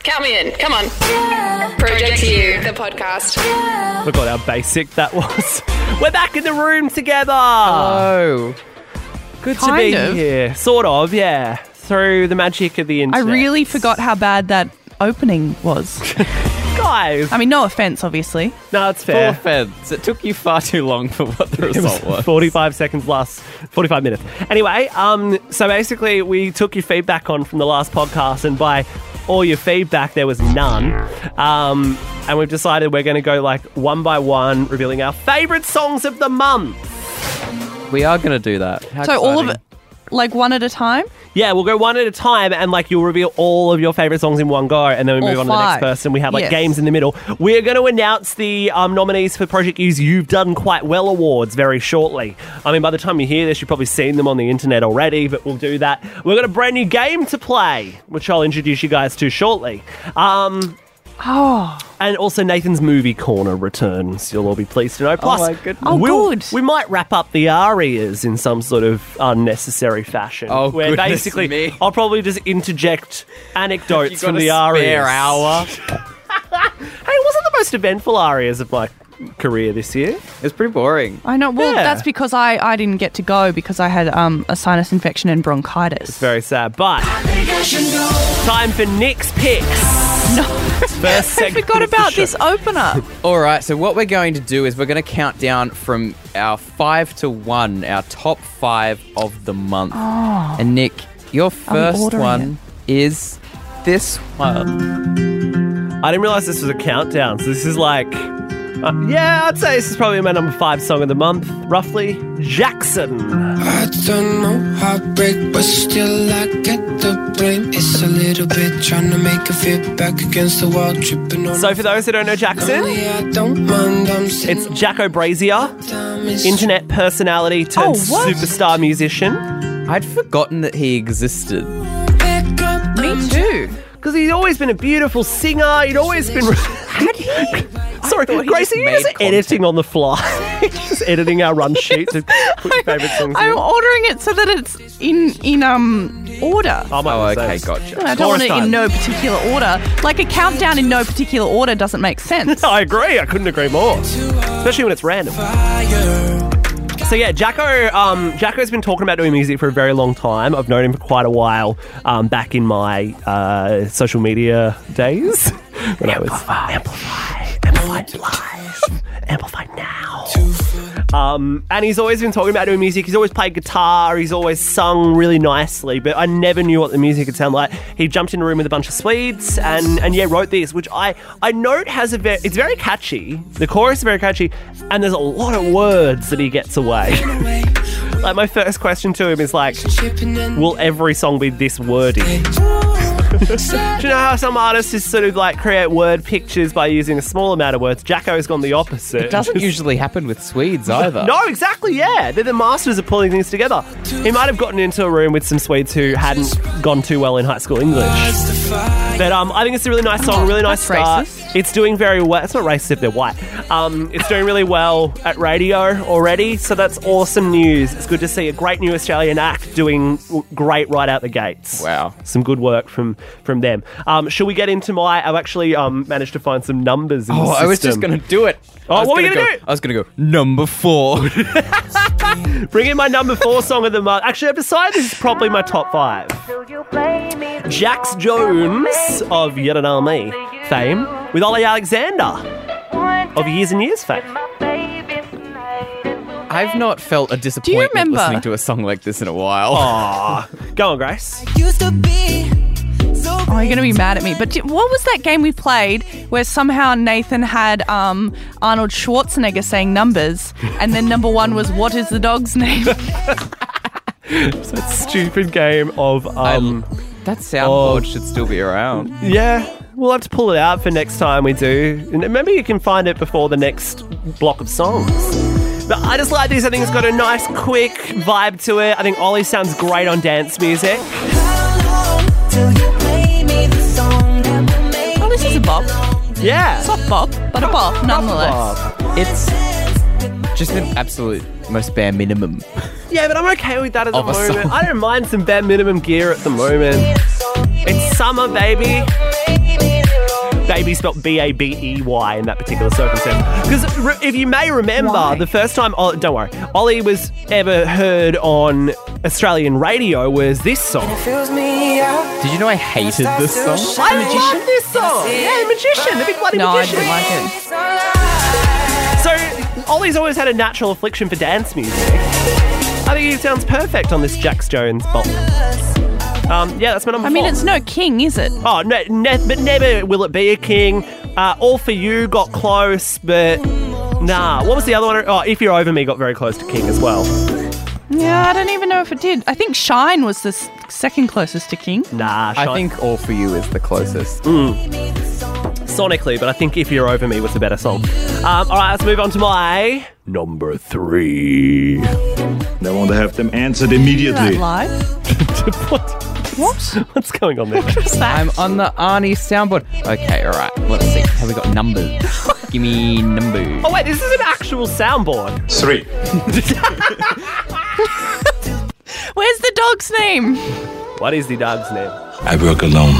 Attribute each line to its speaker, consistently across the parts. Speaker 1: Count me in. Come on. Project U, the podcast.
Speaker 2: Look at how basic that was. We're back in the room together. Ah,
Speaker 3: Oh,
Speaker 2: Good to
Speaker 3: kind
Speaker 2: be
Speaker 3: of.
Speaker 2: here. Sort of, yeah. Through the magic of the
Speaker 3: I
Speaker 2: internet.
Speaker 3: really forgot how bad that opening was.
Speaker 2: Guys.
Speaker 3: I mean, no offense, obviously.
Speaker 2: no, it's
Speaker 4: Full
Speaker 2: fair.
Speaker 4: offense. It took you far too long for what the
Speaker 2: It was
Speaker 4: result was.
Speaker 2: 45 seconds last 45 minutes anyway um so basically we took your feedback on from the last podcast and by all your feedback there was none um and we've decided we're going to go like one by one revealing our favorite songs of the month
Speaker 4: We are going to do that. How
Speaker 3: so all of it,
Speaker 4: exciting.
Speaker 3: like one at a time.
Speaker 2: yeah we'll go one at a time and like you'll reveal all of your favorite songs in one go and then we
Speaker 3: All
Speaker 2: move on to the next
Speaker 3: five.
Speaker 2: person we have like
Speaker 3: Yes.
Speaker 2: games in the middle we're going to announce the um, nominees for project u's you've done quite well awards very shortly i mean by the time you hear this you've probably seen them on the internet already but we'll do that we've got a brand new game to play which i'll introduce you guys to shortly um,
Speaker 3: Oh,
Speaker 2: and also Nathan's movie corner returns. You'll all be pleased to know. Plus,
Speaker 4: my goodness.
Speaker 3: Oh,
Speaker 2: we'll-
Speaker 3: good.
Speaker 2: we might wrap up the arias in some sort of unnecessary fashion.
Speaker 4: Oh,
Speaker 2: where
Speaker 4: goodness
Speaker 2: basically
Speaker 4: me.
Speaker 2: I'll probably just interject anecdotes
Speaker 4: You got
Speaker 2: from
Speaker 4: a
Speaker 2: the
Speaker 4: spare
Speaker 2: arias.
Speaker 4: hour.
Speaker 2: Hey, it wasn't the most eventful arias of my career this year.
Speaker 4: It's pretty boring.
Speaker 3: I know. Well,
Speaker 2: Yeah.
Speaker 3: that's because I I didn't get to go because I had um a sinus infection and bronchitis.
Speaker 2: Very sad, but time for Nick's picks.
Speaker 3: No.
Speaker 2: First
Speaker 3: I
Speaker 2: segment
Speaker 3: forgot
Speaker 2: of the
Speaker 3: about
Speaker 2: show.
Speaker 3: this opener.
Speaker 4: All right, so what we're going to do is we're going to count down from our five to one, our top five of the month. And Nick, your first
Speaker 3: Ah. ordering
Speaker 4: one is this one.
Speaker 2: I didn't realize this was a countdown, so this is like. uh, yeah, I'd say this is probably my number five song of the month, roughly. Jackson.
Speaker 5: I don't know heartbreak, but still I get the blame. It's a little bit trying to make it fit back against the wall, tripping on.
Speaker 2: So, for those who don't know Jackson,
Speaker 5: Honey, I don't mind. I'm
Speaker 2: it's
Speaker 5: sitting
Speaker 2: Jack O'Brazier,
Speaker 5: down, it's
Speaker 2: internet personality turned
Speaker 3: Oh, what?
Speaker 2: superstar musician.
Speaker 4: I'd forgotten that he existed.
Speaker 5: back up.
Speaker 3: Me too.
Speaker 2: Because he's always been a beautiful singer, he'd always been. Sorry, Gracie,
Speaker 4: just
Speaker 2: you're just
Speaker 4: made content.
Speaker 2: editing on the fly. just editing our run sheet to put your favourite songs
Speaker 3: I'm
Speaker 2: in.
Speaker 3: ordering it so that it's in in um order.
Speaker 2: Oh, my
Speaker 4: Oh,
Speaker 2: goodness,
Speaker 4: okay,
Speaker 2: that was-
Speaker 4: gotcha.
Speaker 3: I don't want it
Speaker 2: Taurus time.
Speaker 3: in no particular order. Like a countdown in no particular order doesn't make sense.
Speaker 2: I agree. I couldn't agree more. Especially when it's random. So yeah, Jacko. Um, Jacko's been talking about doing music for a very long time. I've known him for quite a while. Um, back in my uh, social media days, when I was amplify, amplify live, amplify now. Um, and he's always been talking about doing music. He's always played guitar. He's always sung really nicely. But I never knew what the music would sound like. He jumped in a room with a bunch of Swedes and and yeah, wrote this, which I I note has a very it's very catchy. The chorus is very catchy, and there's a lot of words that he gets away. like my first question to him is like, will every song be this wordy? Do you know how some artists just sort of like create word pictures by using a small amount of words? Jacko's gone the opposite. It
Speaker 4: Doesn't usually happen with Swedes either.
Speaker 2: no, exactly, yeah. They're the masters of pulling things together. He might have gotten into a room with some Swedes who hadn't gone too well in high school English. But um, I think it's a really nice song, really nice start.
Speaker 3: That's racist.
Speaker 2: It's doing very well. It's not racist if they're white. Um, it's doing really well at radio already, so that's awesome news. It's good to see a great new Australian act doing w- great right out the gates.
Speaker 4: Wow.
Speaker 2: Some good work from from them. Um, shall we get into my? I've actually um, managed to find some numbers. In the
Speaker 4: Oh, I was just
Speaker 2: system.
Speaker 4: going to do it.
Speaker 2: Oh,
Speaker 4: I was
Speaker 2: what were you
Speaker 4: gonna
Speaker 2: gonna
Speaker 4: go-
Speaker 2: do?
Speaker 4: I was going to go number four.
Speaker 2: Bring in my number four song of the month. Actually, I've decided this is probably my top five. Jax Jones of Yet Another Me fame with Ollie Alexander of Years and Years fame.
Speaker 4: I've not felt a disappointment
Speaker 3: remember-
Speaker 4: listening to a song like this in a while.
Speaker 2: Go on, Grace.
Speaker 3: Oh, you're going to be mad at me. But do- what was that game we played where somehow Nathan had um, Arnold Schwarzenegger saying numbers, and then number one was what is the dog's name?
Speaker 2: Stupid game of um.
Speaker 4: That soundboard
Speaker 2: Oh.
Speaker 4: should still be around.
Speaker 2: yeah, we'll have to pull it out for next time we do. And maybe you can find it before the next block of songs. But I just like this. I think it's got a nice, quick vibe to it. I think Ollie sounds great on dance music.
Speaker 3: oh, this is a bop,
Speaker 2: Yeah.
Speaker 3: soft bop, but a bop
Speaker 2: Oh,
Speaker 3: nonetheless.
Speaker 4: It's just an absolute most bare minimum.
Speaker 2: Yeah, but I'm okay with that at the
Speaker 4: Of a
Speaker 2: moment.
Speaker 4: song.
Speaker 2: I don't mind some bare minimum gear at the moment. It's summer, baby. baby spelled B A B E Y in that particular circumstance. Because re- if you may remember,
Speaker 3: Why?
Speaker 2: the first time, oh, don't worry, Ollie was ever heard on Australian radio was this song.
Speaker 5: Fills me up.
Speaker 4: Did you know I hated this song?
Speaker 2: I love this song. Yeah, magician, the big bloody
Speaker 3: No, I
Speaker 2: magician.
Speaker 3: didn't like it.
Speaker 2: So Ollie's always had a natural affliction for dance music. I think he sounds perfect on this Jax Jones bop. Um, yeah, that's my number
Speaker 3: I mean,
Speaker 2: four.
Speaker 3: it's no king, is it?
Speaker 2: Oh, no, ne- but never will it be a king. Uh, All for you got close, but nah. What was the other one? Oh, if you're over me got very close to king as well.
Speaker 3: Yeah, I don't even know if it did. I think Shine was the s- second closest to king.
Speaker 2: Nah,
Speaker 4: I
Speaker 2: Shine-
Speaker 4: think All For You is the closest.
Speaker 2: sonically, but I think if you're over me was a better song. Um, all right, let's move on to my number three.
Speaker 6: I want to have them answered
Speaker 3: That
Speaker 6: immediately.
Speaker 3: live?
Speaker 2: what,
Speaker 3: What?
Speaker 2: what's going on there?
Speaker 3: What's that?
Speaker 4: I'm on the Arnie soundboard. Okay, all right. Let's see. Have we got numbers? Give me numbers.
Speaker 2: Oh wait, this is an actual soundboard.
Speaker 6: Three.
Speaker 3: Where's the dog's name?
Speaker 2: What is the dog's name?
Speaker 6: I work alone.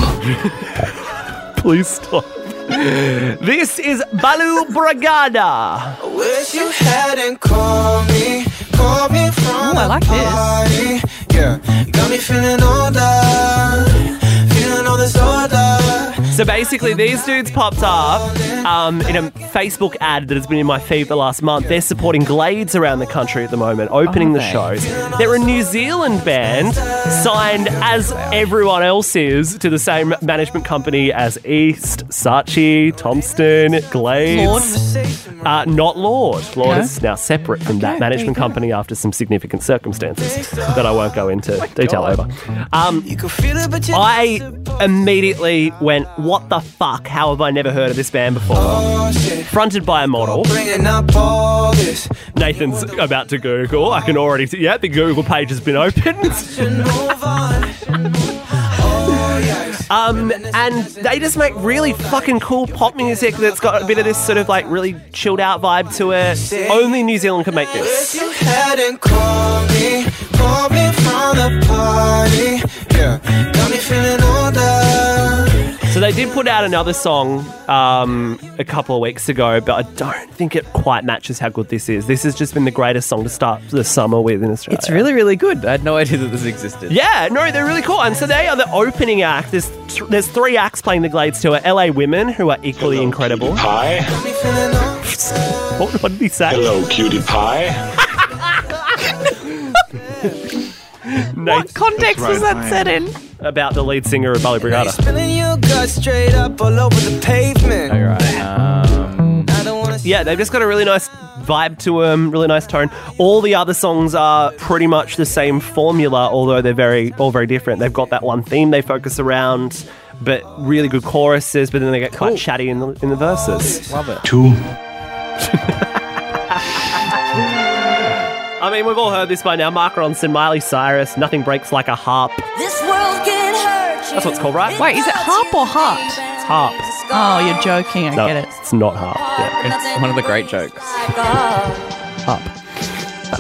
Speaker 2: Please stop. this is Balu Bragada.
Speaker 5: Wish you hadn't called me. Called me from
Speaker 3: Ooh, Oh, I
Speaker 5: the
Speaker 3: like this.
Speaker 5: party. Yeah. Got me feeling older. Feeling all this older.
Speaker 2: So basically, these dudes popped up um, in a Facebook ad that has been in my feed the last month. They're supporting Glades around the country at the moment, opening
Speaker 4: Are
Speaker 2: the
Speaker 3: Oh,
Speaker 4: they?
Speaker 2: shows. They're a New Zealand band signed, as everyone else is, to the same management company as East, Saatchi, Thompson,
Speaker 3: Lord.
Speaker 2: Glades. Uh, not Lord. Lord
Speaker 3: No?
Speaker 2: is now separate from that
Speaker 3: Okay,
Speaker 2: management
Speaker 3: there you go.
Speaker 2: company after some significant circumstances that I won't go
Speaker 3: Oh
Speaker 2: into detail over. Um,
Speaker 5: You can feel it, but you
Speaker 2: I immediately went, What the fuck? How have I never heard of this band before?
Speaker 5: Oh, shit.
Speaker 2: Fronted by a model.
Speaker 5: Bringing up all this.
Speaker 2: Nathan's about to Google. I can already see. Yeah, the Google page has been opened.
Speaker 5: Should move on. Oh, yikes.
Speaker 2: Um, and they just make really fucking cool pop music that's got a bit of this sort of like really chilled out vibe to it. Only New Zealand can make
Speaker 5: Wish
Speaker 2: this.
Speaker 5: you hadn't called me. Called me from the party. Yeah. Got me feeling older.
Speaker 2: So they did put out another song um, a couple of weeks ago, but I don't think it quite matches how good this is. This has just been the greatest song to start the summer with in Australia.
Speaker 4: It's really, really good. I had no idea that this existed.
Speaker 2: Yeah, no, they're really cool. And so they are the opening act. There's th- there's three acts playing the Glades tour. LA Women, who are equally incredible.
Speaker 5: Got me feeling older.
Speaker 2: What, what did he say?
Speaker 7: Hello, cutie pie.
Speaker 3: What context was
Speaker 6: right,
Speaker 3: that set in?
Speaker 2: About the lead singer of Ballet Brigada.
Speaker 5: Spilling your guts straight up all over the pavement.
Speaker 4: All right. Um,
Speaker 5: I don't wanna
Speaker 2: Yeah, they've just got a really nice vibe to them, really nice tone. All the other songs are pretty much the same formula, although they're very all very different. They've got that one theme they focus around, but really good choruses. But then they get quite chatty in the, in the verses.
Speaker 4: love it.
Speaker 6: Two.
Speaker 2: I mean, we've all heard this by now. Mark Ronson, Miley Cyrus, "Nothing Breaks Like a Harp."
Speaker 1: This world can hurt you.
Speaker 2: That's what it's called, right?
Speaker 3: Wait, is it harp or heart?
Speaker 1: It's
Speaker 2: harp.
Speaker 3: Oh, you're joking. I get it.
Speaker 2: It's not harp. Yeah.
Speaker 4: It's one of the great jokes.
Speaker 3: But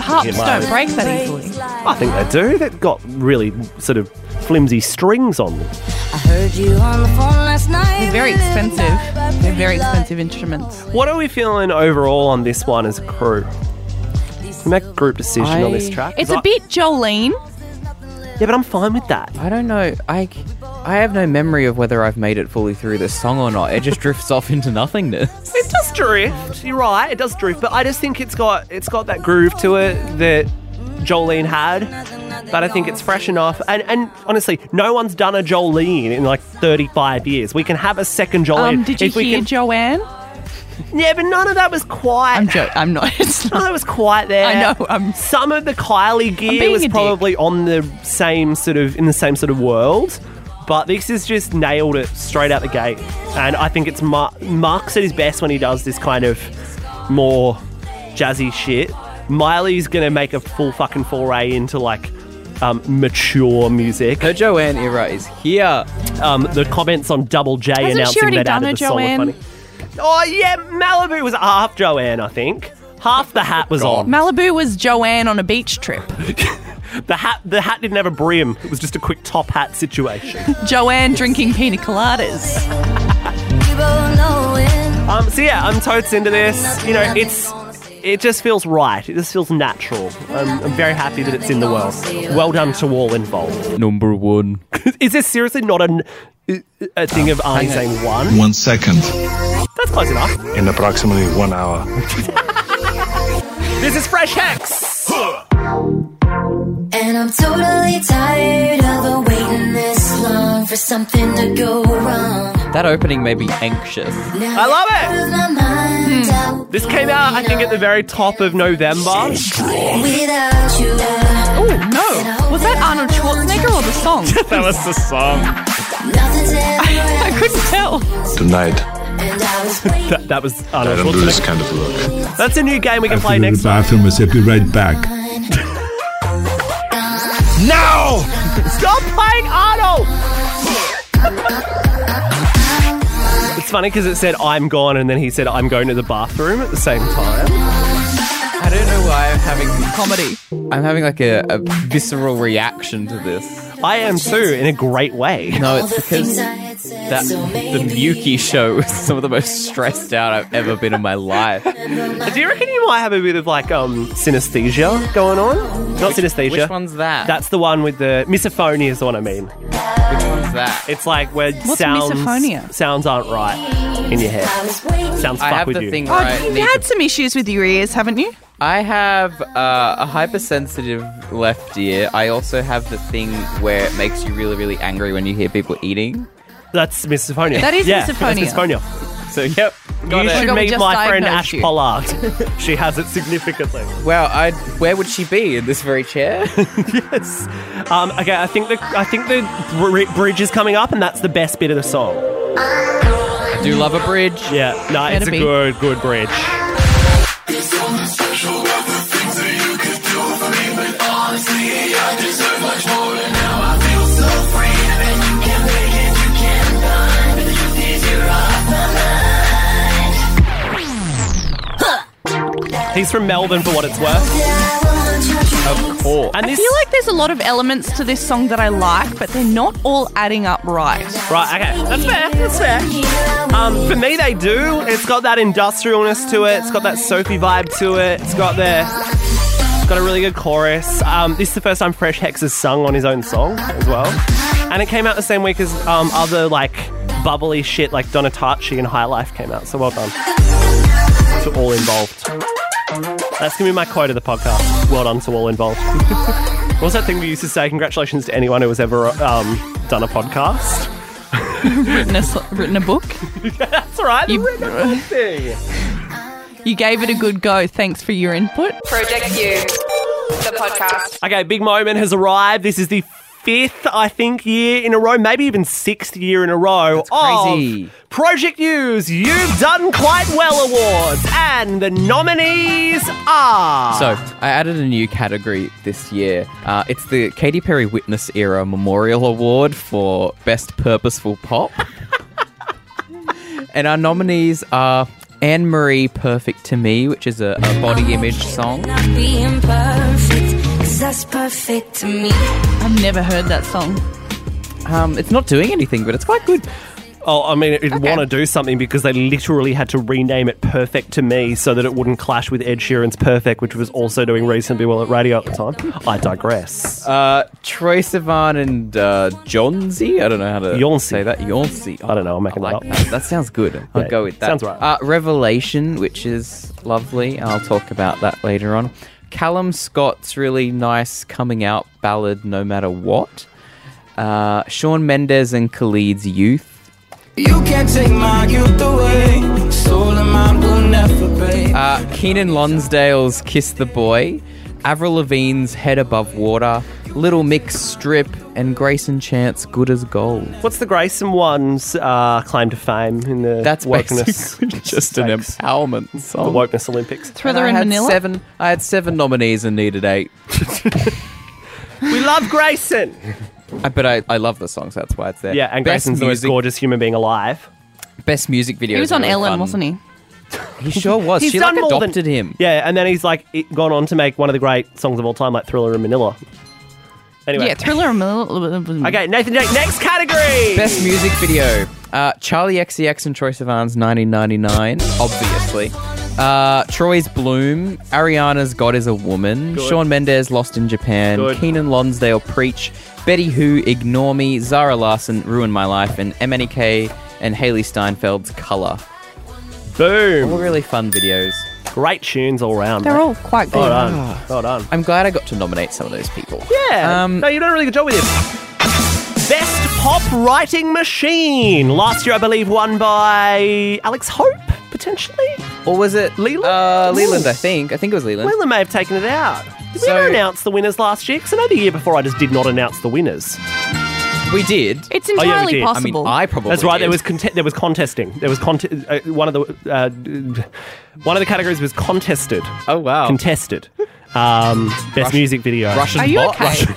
Speaker 3: harps
Speaker 2: Miley.
Speaker 3: don't break that easily.
Speaker 2: I think they do. They've got really sort of flimsy strings on them.
Speaker 1: I heard you on the phone last night.
Speaker 3: They're very expensive. They're very expensive instruments.
Speaker 2: What are we feeling overall on this one as a crew? We make a group decision on this
Speaker 4: I-
Speaker 2: track.
Speaker 3: It's
Speaker 2: 'Cause
Speaker 3: a
Speaker 2: I-
Speaker 3: bit Jolene.
Speaker 2: Yeah, but I'm fine with that.
Speaker 4: I don't know. I, I have no memory of whether I've made it fully through this song or not. It just drifts off into nothingness.
Speaker 2: It does drift. You're right. It does drift, but I just think it's got it's got that groove to it that Jolene had. But I think it's fresh enough, and, and honestly, no one's done a Jolene in like 35 years. We can have a second Jolene.
Speaker 3: Um, did you
Speaker 2: Oh, if we
Speaker 3: hear
Speaker 2: can-
Speaker 3: Joanne?
Speaker 2: yeah, but none of that was quite.
Speaker 3: I'm jo- I'm not. It's
Speaker 2: None
Speaker 3: not.
Speaker 2: of it was quite there.
Speaker 3: I know, I'm-
Speaker 2: Some of the Kylie gear
Speaker 3: being
Speaker 2: was
Speaker 3: a dick.
Speaker 2: probably on the same sort of in the same sort of world, but this is just nailed it straight out the gate. And I think it's Mar- Mark's at his best when he does this kind of more jazzy shit. Miley's gonna make a full fucking foray into like um, mature music.
Speaker 4: Her Joanne era is here.
Speaker 2: Um, the comments on Double J
Speaker 3: she
Speaker 2: announcing
Speaker 3: already
Speaker 2: that
Speaker 3: done
Speaker 2: out
Speaker 3: a
Speaker 2: of the song were
Speaker 3: Joanne?
Speaker 2: funny. Oh yeah, Malibu was half Joanne, I think. Half the hat was on.
Speaker 3: Malibu was Joanne on a beach trip.
Speaker 2: The hat, the hat didn't have a brim. It was just a quick top hat situation.
Speaker 3: Joanne drinking pina coladas.
Speaker 1: People
Speaker 2: Um, so yeah, I'm totes into this. You know, it's it just feels right. It just feels natural. I'm, I'm very happy that it's in the world. Well done to all involved.
Speaker 4: Number one.
Speaker 2: Is this seriously not an, a thing of Arnie saying one?
Speaker 6: One second.
Speaker 2: That's close enough.
Speaker 7: In approximately one hour.
Speaker 2: This is Fresh Hex.
Speaker 8: And I'm totally tired of waiting this long for something to go wrong.
Speaker 4: That opening made me anxious.
Speaker 8: Now
Speaker 2: I love it.
Speaker 8: out of my mind,
Speaker 4: Hmm.
Speaker 8: out
Speaker 2: This came out, I think, at the very top of November.
Speaker 8: without you.
Speaker 3: Oh no! Was that Arnold Schwarzenegger or the song?
Speaker 7: that was the song.
Speaker 8: Nothing's ever
Speaker 3: I couldn't tell.
Speaker 7: Tonight,
Speaker 8: and I was waiting.
Speaker 2: That, that was
Speaker 7: I
Speaker 2: Arnold
Speaker 7: don't do this
Speaker 2: Schwarzenegger.
Speaker 7: kind of work.
Speaker 2: That's a new game we can
Speaker 9: I have
Speaker 2: play
Speaker 9: to go to
Speaker 2: next
Speaker 9: the
Speaker 2: time.
Speaker 9: bathroom. I said, be right back.
Speaker 7: Now!
Speaker 2: Stop playing Arnold! it's funny because it said I'm gone and then he said I'm going to the bathroom at the same time.
Speaker 4: I don't know why I'm having comedy. I'm having like a, a visceral reaction to this.
Speaker 2: I am too, in a great way.
Speaker 4: No,
Speaker 8: All
Speaker 4: it's
Speaker 8: the
Speaker 4: because
Speaker 8: things I had said,
Speaker 4: that
Speaker 8: so
Speaker 4: the
Speaker 8: maybe
Speaker 4: Muki show was some of the most stressed out I've ever been in my life.
Speaker 2: Do you reckon you might have a bit of like um synesthesia going on? Not synesthesia.
Speaker 4: Which one's that?
Speaker 2: That's the one with the misophonia is the one I mean.
Speaker 4: Which one's that?
Speaker 2: It's like where sounds
Speaker 3: misophonia?
Speaker 2: sounds aren't right in your head.
Speaker 8: I was waiting.
Speaker 2: Sounds
Speaker 4: I
Speaker 2: fuck
Speaker 4: have
Speaker 2: with
Speaker 4: the
Speaker 2: you.
Speaker 4: thing
Speaker 3: Oh,
Speaker 4: where I
Speaker 3: you've
Speaker 4: need
Speaker 3: had
Speaker 4: to-
Speaker 3: some issues with your ears, haven't you?
Speaker 4: I have uh, a hypersensitive left ear. I also have the thing where it makes you really, really angry when you hear people eating.
Speaker 2: That's misophonia.
Speaker 3: That is
Speaker 2: yeah, That's
Speaker 3: misophonia.
Speaker 2: misophonia.
Speaker 4: So, yep. Got
Speaker 2: you
Speaker 4: it.
Speaker 2: should
Speaker 3: God, we
Speaker 2: meet
Speaker 3: just
Speaker 2: my friend Ash
Speaker 3: diagnosed you.
Speaker 2: Pollard. she has it significantly.
Speaker 4: Wow, I where would she be in this very chair?
Speaker 2: yes. Um, okay, I think the I think the br- bridge is coming up, and that's the best bit of the song.
Speaker 4: I do love a bridge.
Speaker 2: Yeah, no, it's a
Speaker 3: be.
Speaker 2: good good bridge. He's from Melbourne for what it's worth.
Speaker 4: Of course.
Speaker 2: And
Speaker 3: I
Speaker 2: this
Speaker 3: feel like there's a lot of elements to this song that I like, but they're not all adding up right.
Speaker 2: Right, okay. That's fair. That's fair. Um, for me, they do. It's got that industrialness to it. It's got that soapy vibe to it. It's got the. It's got a really good chorus. Um, this is the first time Fresh Hex has sung on his own song as well. And it came out the same week as um, other, like, bubbly shit like Donatachi and High Life came out. So well done to all involved. That's going to be my quote of the podcast. Well done to all involved. what was that thing we used to say? Congratulations to anyone who has ever um, done a podcast.
Speaker 3: Written a, s- written a book.
Speaker 2: That's all right.
Speaker 3: You-
Speaker 2: We're not laughing.
Speaker 3: You gave it a good go. Thanks for your input.
Speaker 1: Project U, the podcast.
Speaker 2: Okay, big moment has arrived. This is the fifth, I think, year in a row, maybe even sixth year in a row
Speaker 4: crazy.
Speaker 2: of Project U's You've Done Quite Well Awards, and the nominees are.
Speaker 4: So I added a new category this year. Uh, it's the Katy Perry Witness Era Memorial Award for Best Purposeful Pop, and our nominees are Anne Marie "Perfect to Me," which is a, a body image song.
Speaker 8: Not being perfect, 'cause that's perfect to me.
Speaker 3: I've never heard that song.
Speaker 4: Um, it's not doing anything, but it's quite good.
Speaker 2: oh, I mean, it'd want to do something because they literally had to rename it Perfect to Me so that it wouldn't clash with Ed Sheeran's Perfect, which was also doing reasonably well at radio at the time. I digress.
Speaker 4: Uh, Troy Sivan and uh, Johnsey. I don't know how to
Speaker 2: Yauncey.
Speaker 4: say that. Johnsey.
Speaker 2: I don't know, I'm making
Speaker 4: I
Speaker 2: that
Speaker 4: like
Speaker 2: up.
Speaker 4: that. That sounds good. I'll
Speaker 2: Yeah,
Speaker 4: go with that.
Speaker 2: sounds right.
Speaker 4: Uh, Revelation, which is lovely. I'll talk about that later on. Callum Scott's really nice coming out ballad, No Matter What. Uh, Sean Mendes and Khalid's Youth.
Speaker 5: You can't take my youth away. Soul of mine will never pay.
Speaker 4: Uh, Keenan Lonsdale's Kiss the Boy. Avril Lavigne's Head Above Water. Little Mix Strip. And Grace and Chance Good as Gold.
Speaker 2: What's the Grayson one's uh, claim to fame in the
Speaker 4: That's
Speaker 2: wokeness?
Speaker 4: basically just an
Speaker 2: stakes?
Speaker 4: empowerment
Speaker 2: the
Speaker 4: song.
Speaker 2: wokeness Olympics.
Speaker 3: Thriller
Speaker 4: I
Speaker 3: in
Speaker 4: had
Speaker 3: Manila.
Speaker 4: Seven, I had seven nominees and needed eight.
Speaker 2: We love Grayson.
Speaker 4: I- But I, I love the song, so that's why it's there.
Speaker 2: Yeah, and
Speaker 4: best
Speaker 2: Grayson's the most
Speaker 4: music,
Speaker 2: gorgeous human being alive.
Speaker 4: best music video.
Speaker 3: He was
Speaker 4: is
Speaker 3: on
Speaker 4: really
Speaker 3: Ellen,
Speaker 4: fun.
Speaker 3: wasn't he?
Speaker 4: He sure was. she like adopted him.
Speaker 2: Yeah, and then he's like it- gone on to make one of the great songs of all time, like Thriller in Manila. Anyway.
Speaker 3: Yeah, Thriller. okay.
Speaker 2: Okay, Nathan Jake, next category.
Speaker 4: Best music video. Uh, Charlie XCX and Troy Sivan's 1999, obviously. Uh, Troy's Bloom. Ariana's God is a Woman.
Speaker 2: Good.
Speaker 4: Sean Mendes, Lost in Japan.
Speaker 2: Good.
Speaker 4: Keenan Lonsdale, Preach. Betty Who, Ignore Me. Zara Larson, Ruin My Life. And MNEK and Haley Steinfeld's Color.
Speaker 2: Boom.
Speaker 4: All really fun videos.
Speaker 2: Great tunes all round.
Speaker 3: They're
Speaker 2: mate.
Speaker 3: all Oh, quite good.
Speaker 2: Well
Speaker 4: Ah.
Speaker 2: done. Well done.
Speaker 4: I'm glad I got to nominate some of those people.
Speaker 2: Yeah.
Speaker 4: Um,
Speaker 2: no, you've done a really good job with him. Best pop writing machine. Last year, I believe, won by Alex Hope, potentially.
Speaker 4: Or was it
Speaker 2: Leland?
Speaker 4: Uh, Leland, I think. I think it was Leland.
Speaker 2: Leland may have taken it out. Did we
Speaker 4: So-
Speaker 2: ever announce the winners last year? Because I know the year before I just did not announce the winners.
Speaker 4: We did.
Speaker 3: It's
Speaker 2: Oh, we
Speaker 3: entirely
Speaker 2: did. I mean,
Speaker 4: I mean,
Speaker 3: possible.
Speaker 4: I probably.
Speaker 2: That's right.
Speaker 4: did.
Speaker 2: There was cont- there was contesting. There was cont- uh, one of the uh, d- one of the categories was contested.
Speaker 4: Oh wow.
Speaker 2: Contested. Um, best music video.
Speaker 4: Russian
Speaker 3: Are you
Speaker 4: bot.
Speaker 3: okay?
Speaker 4: Russian-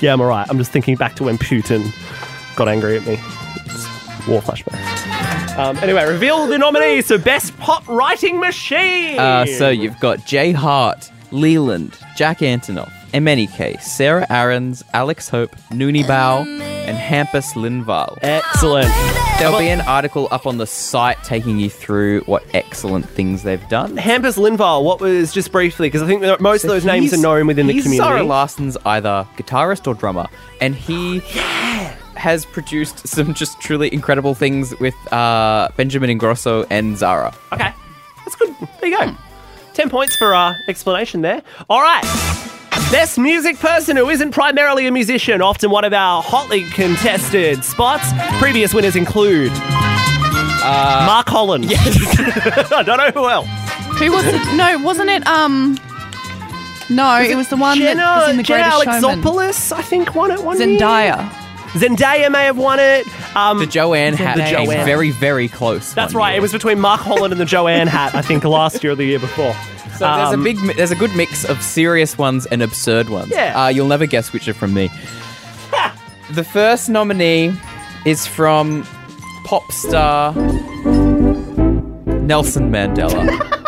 Speaker 2: Yeah, I'm alright. I'm just thinking back to when Putin got angry at me. It's war flashback. Um, anyway, reveal the nominees. So, best pop writing machine.
Speaker 4: Uh, so you've got Jay Hart, Leland, Jack Antonoff, MNEK, Sarah Aarons, Alex Hope, Noonie Bao, and Hampus Lindvall.
Speaker 2: Eh. excellent.
Speaker 4: There'll be an article up on the site taking you through what excellent things they've done.
Speaker 2: Hampus Lindvall. What was just briefly because I think that most
Speaker 4: So
Speaker 2: of those names are
Speaker 4: he's-
Speaker 2: known within the
Speaker 4: he's
Speaker 2: community.
Speaker 4: Zara Larson's either guitarist or drummer, and he has produced some just truly incredible things with uh, Benjamin Ingrosso and Zara.
Speaker 2: Okay. That's good. There you go. 10 points for uh, explanation there. All right. Best music person who isn't primarily a musician, often one of our hotly contested spots. Previous winners include uh, Mark Holland. I don't know who else.
Speaker 3: Who was it? No, wasn't it? Um, no, it was the one that was in the
Speaker 2: Jenna
Speaker 3: Greatest Showman.
Speaker 2: Alexopoulos, I think, won it one year.
Speaker 3: Zendaya.
Speaker 2: Zendaya may have won it. Um,
Speaker 4: The Joanne hat
Speaker 2: The
Speaker 4: came
Speaker 2: Joanne.
Speaker 4: very, very close.
Speaker 2: that's
Speaker 3: Oh,
Speaker 4: one
Speaker 2: right.
Speaker 4: year.
Speaker 2: It was between Mark Holland and the Joanne hat, I think, last year or the year before.
Speaker 4: So there's a
Speaker 2: Um,
Speaker 4: big, mi- there's a good mix of serious ones and absurd ones.
Speaker 2: Yeah.
Speaker 4: Uh, you'll never guess which are from me. the first nominee is from pop star Nelson Mandela.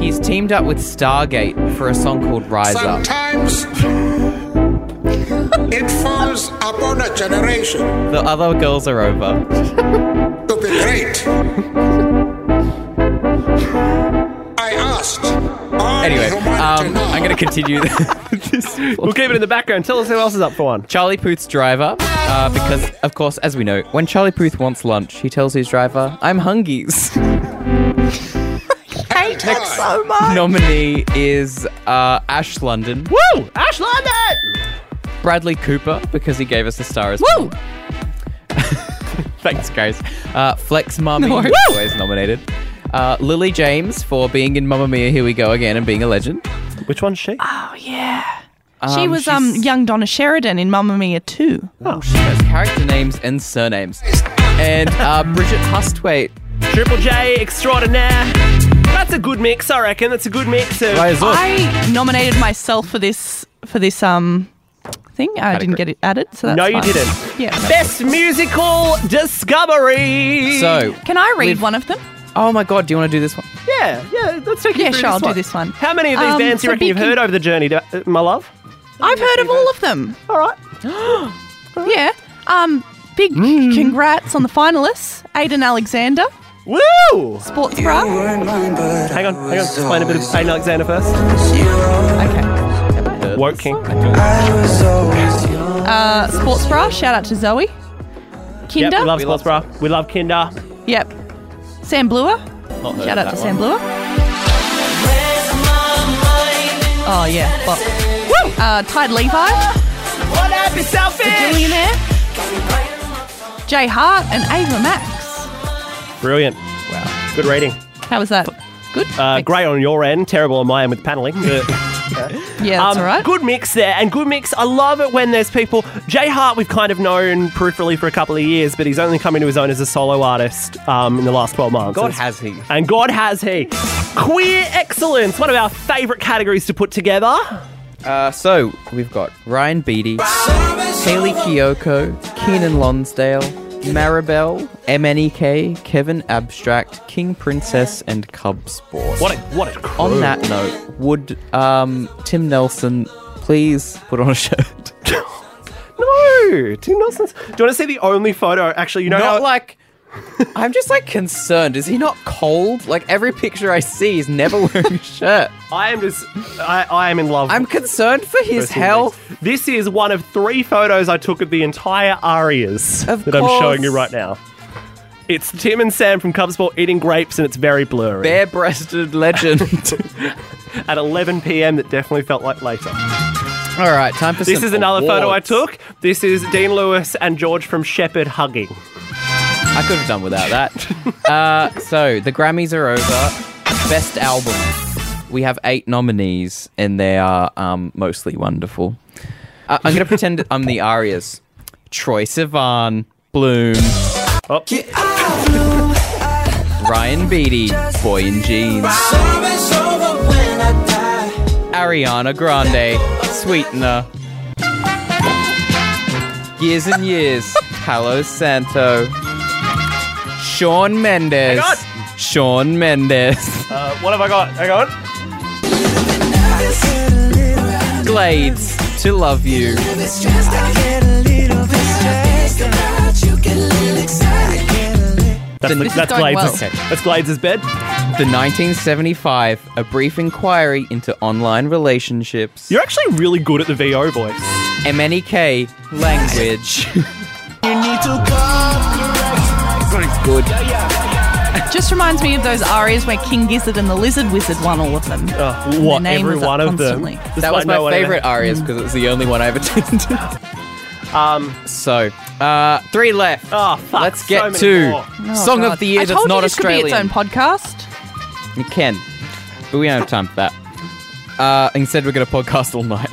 Speaker 4: He's teamed up with Stargate for a song called Rise Up.
Speaker 9: Sometimes it falls upon a generation
Speaker 4: The other girls are over.
Speaker 9: to be great. I asked. all
Speaker 4: Anyway,
Speaker 9: humanity
Speaker 4: um,
Speaker 9: now.
Speaker 4: I'm going to continue this.
Speaker 2: We'll keep it in the background. Tell us who else is up for one.
Speaker 4: Charlie Puth's driver, uh, because, of course, as we know, when Charlie Puth wants lunch, he tells his driver, I'm hungies.
Speaker 9: hate so
Speaker 4: nominee is uh, Ash London,
Speaker 2: Woo! Ash London!
Speaker 4: Bradley Cooper because he gave us a star as
Speaker 3: Woo!
Speaker 4: Thanks, guys. Uh, Flex Mummy,
Speaker 3: No.
Speaker 4: who's
Speaker 3: Woo!
Speaker 4: always nominated. Uh, Lily James for being in Mamma Mia, Here We Go Again, and being a legend.
Speaker 2: Which one's she?
Speaker 3: Oh, Yeah. she was
Speaker 4: she's-
Speaker 3: um young Donna Sheridan in Mamma Mia 2.
Speaker 4: She has character names and surnames. And uh, Bridget Hustwaite.
Speaker 2: Triple J extraordinaire. That's a good mix, I reckon. That's a good mix of.
Speaker 3: I nominated myself for this for this um thing. I didn't
Speaker 4: Category.
Speaker 3: get it added, so that's
Speaker 2: No, you
Speaker 3: fine.
Speaker 2: didn't.
Speaker 3: Yeah.
Speaker 2: Best musical discovery.
Speaker 4: So,
Speaker 3: Can I read
Speaker 4: We've-
Speaker 3: one of them?
Speaker 4: oh my god, do you want to do this one?
Speaker 2: yeah, yeah. Let's take you
Speaker 3: Yeah,
Speaker 2: through
Speaker 3: sure, I'll do this one.
Speaker 2: How many of these
Speaker 3: Um,
Speaker 2: bands do you
Speaker 3: so
Speaker 2: reckon you've
Speaker 3: Beacon-
Speaker 2: heard over the journey, do- uh, my love?
Speaker 3: I've heard of all of them.
Speaker 2: All right.
Speaker 3: Yeah. Um big
Speaker 2: Mm.
Speaker 3: congrats on the finalists. Aidan Alexander,
Speaker 2: Woo!
Speaker 3: Sports Bra.
Speaker 2: Hang on, hang on. Let's Explain a bit of Payne Alexander first.
Speaker 3: Okay.
Speaker 2: Woke King.
Speaker 3: Uh, Sports Bra, shout out to Zoe. Kinder.
Speaker 2: Yep, we love Sports Bra. We love Kinder.
Speaker 3: Yep. Sam Bluer.
Speaker 4: Not heard
Speaker 3: Shout
Speaker 4: of
Speaker 3: out to
Speaker 4: that
Speaker 3: Sam
Speaker 4: one.
Speaker 3: Bluer. Oh yeah, bop. Uh, Tide Levi,
Speaker 2: What up, you selfish?
Speaker 3: Billionaire, Jay Hart, and Ava Max.
Speaker 2: Brilliant. Wow. Good rating.
Speaker 3: How was that? Good.
Speaker 2: Uh,
Speaker 3: Thanks.
Speaker 2: great on your end, terrible on my end with paneling.
Speaker 3: Yeah, that's
Speaker 2: Um,
Speaker 3: all right.
Speaker 2: Good mix there, and good mix. I love it when there's people. Jay Hart, we've kind of known peripherally for a couple of years, but he's only come into his own as a solo artist um, in the last 12 months.
Speaker 4: God
Speaker 2: It's-
Speaker 4: has he.
Speaker 2: And God has he. Queer excellence, one of our favourite categories to put together.
Speaker 4: Uh, so we've got Ryan Beatty, Haley Kiyoko, Keenan Lonsdale, Maribel, MNEK, Kevin Abstract, King Princess, and Cub Sport.
Speaker 2: What a what a crew.
Speaker 4: On that note, would um, Tim Nelson please put on a shirt.
Speaker 2: No, do nonsense. Do you want to see the only photo? Actually, you know,
Speaker 4: Not
Speaker 2: how-
Speaker 4: like. I'm just like concerned. Is he not cold? Like every picture I see, he's never wearing a shirt.
Speaker 2: I am just, I, I am in love.
Speaker 4: I'm concerned for his
Speaker 2: with these
Speaker 4: health.
Speaker 2: things. This is one of three photos I took of the entire Arias
Speaker 4: Of
Speaker 2: that I'm showing you
Speaker 4: course.
Speaker 2: right now. It's Tim and Sam from Cubsport eating grapes, and it's very blurry.
Speaker 4: Bare-breasted legend.
Speaker 2: At 11 p.m., that definitely felt like later.
Speaker 4: All right, time for
Speaker 2: This
Speaker 4: some
Speaker 2: is another photo I
Speaker 4: awards.
Speaker 2: took. This is Dean Lewis and George from Shepherd hugging.
Speaker 4: I could have done without that. uh, so the Grammys are over. Best album. We have eight nominees, and they are um, mostly wonderful. Uh, I'm going to pretend I'm the Arias. Troy Sivan, Bloom,
Speaker 2: Oh,
Speaker 4: Ryan Beatty, Boy in Jeans, Ariana Grande, Sweetener, Years and Years, Palo Santo, Sean Mendes,
Speaker 2: Hang
Speaker 4: Sean Mendes,
Speaker 2: uh, what have I got? Hang on.
Speaker 4: Glades, To Love You,
Speaker 2: That's,
Speaker 4: Then
Speaker 2: the,
Speaker 4: this is
Speaker 2: that's
Speaker 3: going
Speaker 2: Glades.
Speaker 3: well.
Speaker 2: Okay. That's Glades' bed.
Speaker 4: The 1975, A Brief Inquiry into Online Relationships,
Speaker 2: You're actually really good at the VO voice.
Speaker 4: MNEK, Language,
Speaker 3: Just reminds me of those arias where King Gizzard and the Lizard Wizard won all of them.
Speaker 2: Uh, what?
Speaker 3: name
Speaker 2: Every
Speaker 3: was up
Speaker 2: one of them.
Speaker 3: constantly. That
Speaker 4: That
Speaker 2: Despite
Speaker 4: was
Speaker 2: no
Speaker 4: my
Speaker 2: one ever-
Speaker 4: favorite arias because it was the only one I ever attended. um, so uh, three left.
Speaker 2: Um, Oh, fuck,
Speaker 4: Let's
Speaker 2: so
Speaker 4: get
Speaker 2: many
Speaker 4: to
Speaker 2: more.
Speaker 3: Oh,
Speaker 4: song
Speaker 3: God.
Speaker 4: of the year
Speaker 3: I
Speaker 4: that's
Speaker 3: told
Speaker 4: not
Speaker 3: you this
Speaker 4: Australian.
Speaker 3: Could be its own podcast.
Speaker 4: You can, but we don't have time for that. Uh, instead, we're going to podcast all night.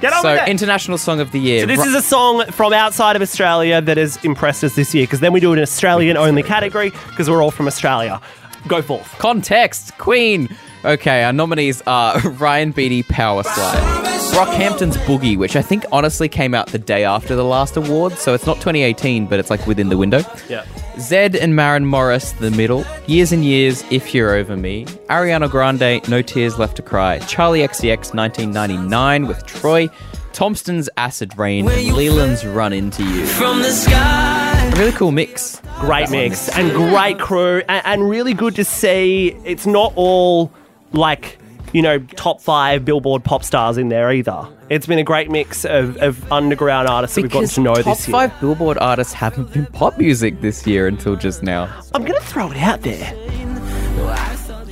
Speaker 2: Get on
Speaker 4: so,
Speaker 2: with it.
Speaker 4: international song of the year.
Speaker 2: So this
Speaker 4: Ru-
Speaker 2: is a song from outside of Australia that has impressed us this year because then we do an Australian only category because we're all from Australia. Go forth.
Speaker 4: Context Queen. Okay, our nominees are Ryan Beatty, Power Slide, Rockhampton's Boogie, which I think honestly came out the day after the last award, so it's not 2018, but it's like within the window.
Speaker 2: Yeah.
Speaker 4: Zed and Marin Morris, The Middle, Years and Years, If You're Over Me, Ariana Grande, No Tears Left to Cry, Charlie XCX, 1999 with Troy, Thompson's Acid Rain, and Leland's Run Into You. From the sky. A really cool mix.
Speaker 2: Great mix and great crew and, and really good to see. It's not all like, you know, top five Billboard pop stars in there either. It's been a great mix of, of underground artists that we've gotten
Speaker 4: Because
Speaker 2: to know
Speaker 4: top
Speaker 2: this year.
Speaker 4: five Billboard artists haven't been pop music this year until just now.
Speaker 2: I'm going to throw it out there.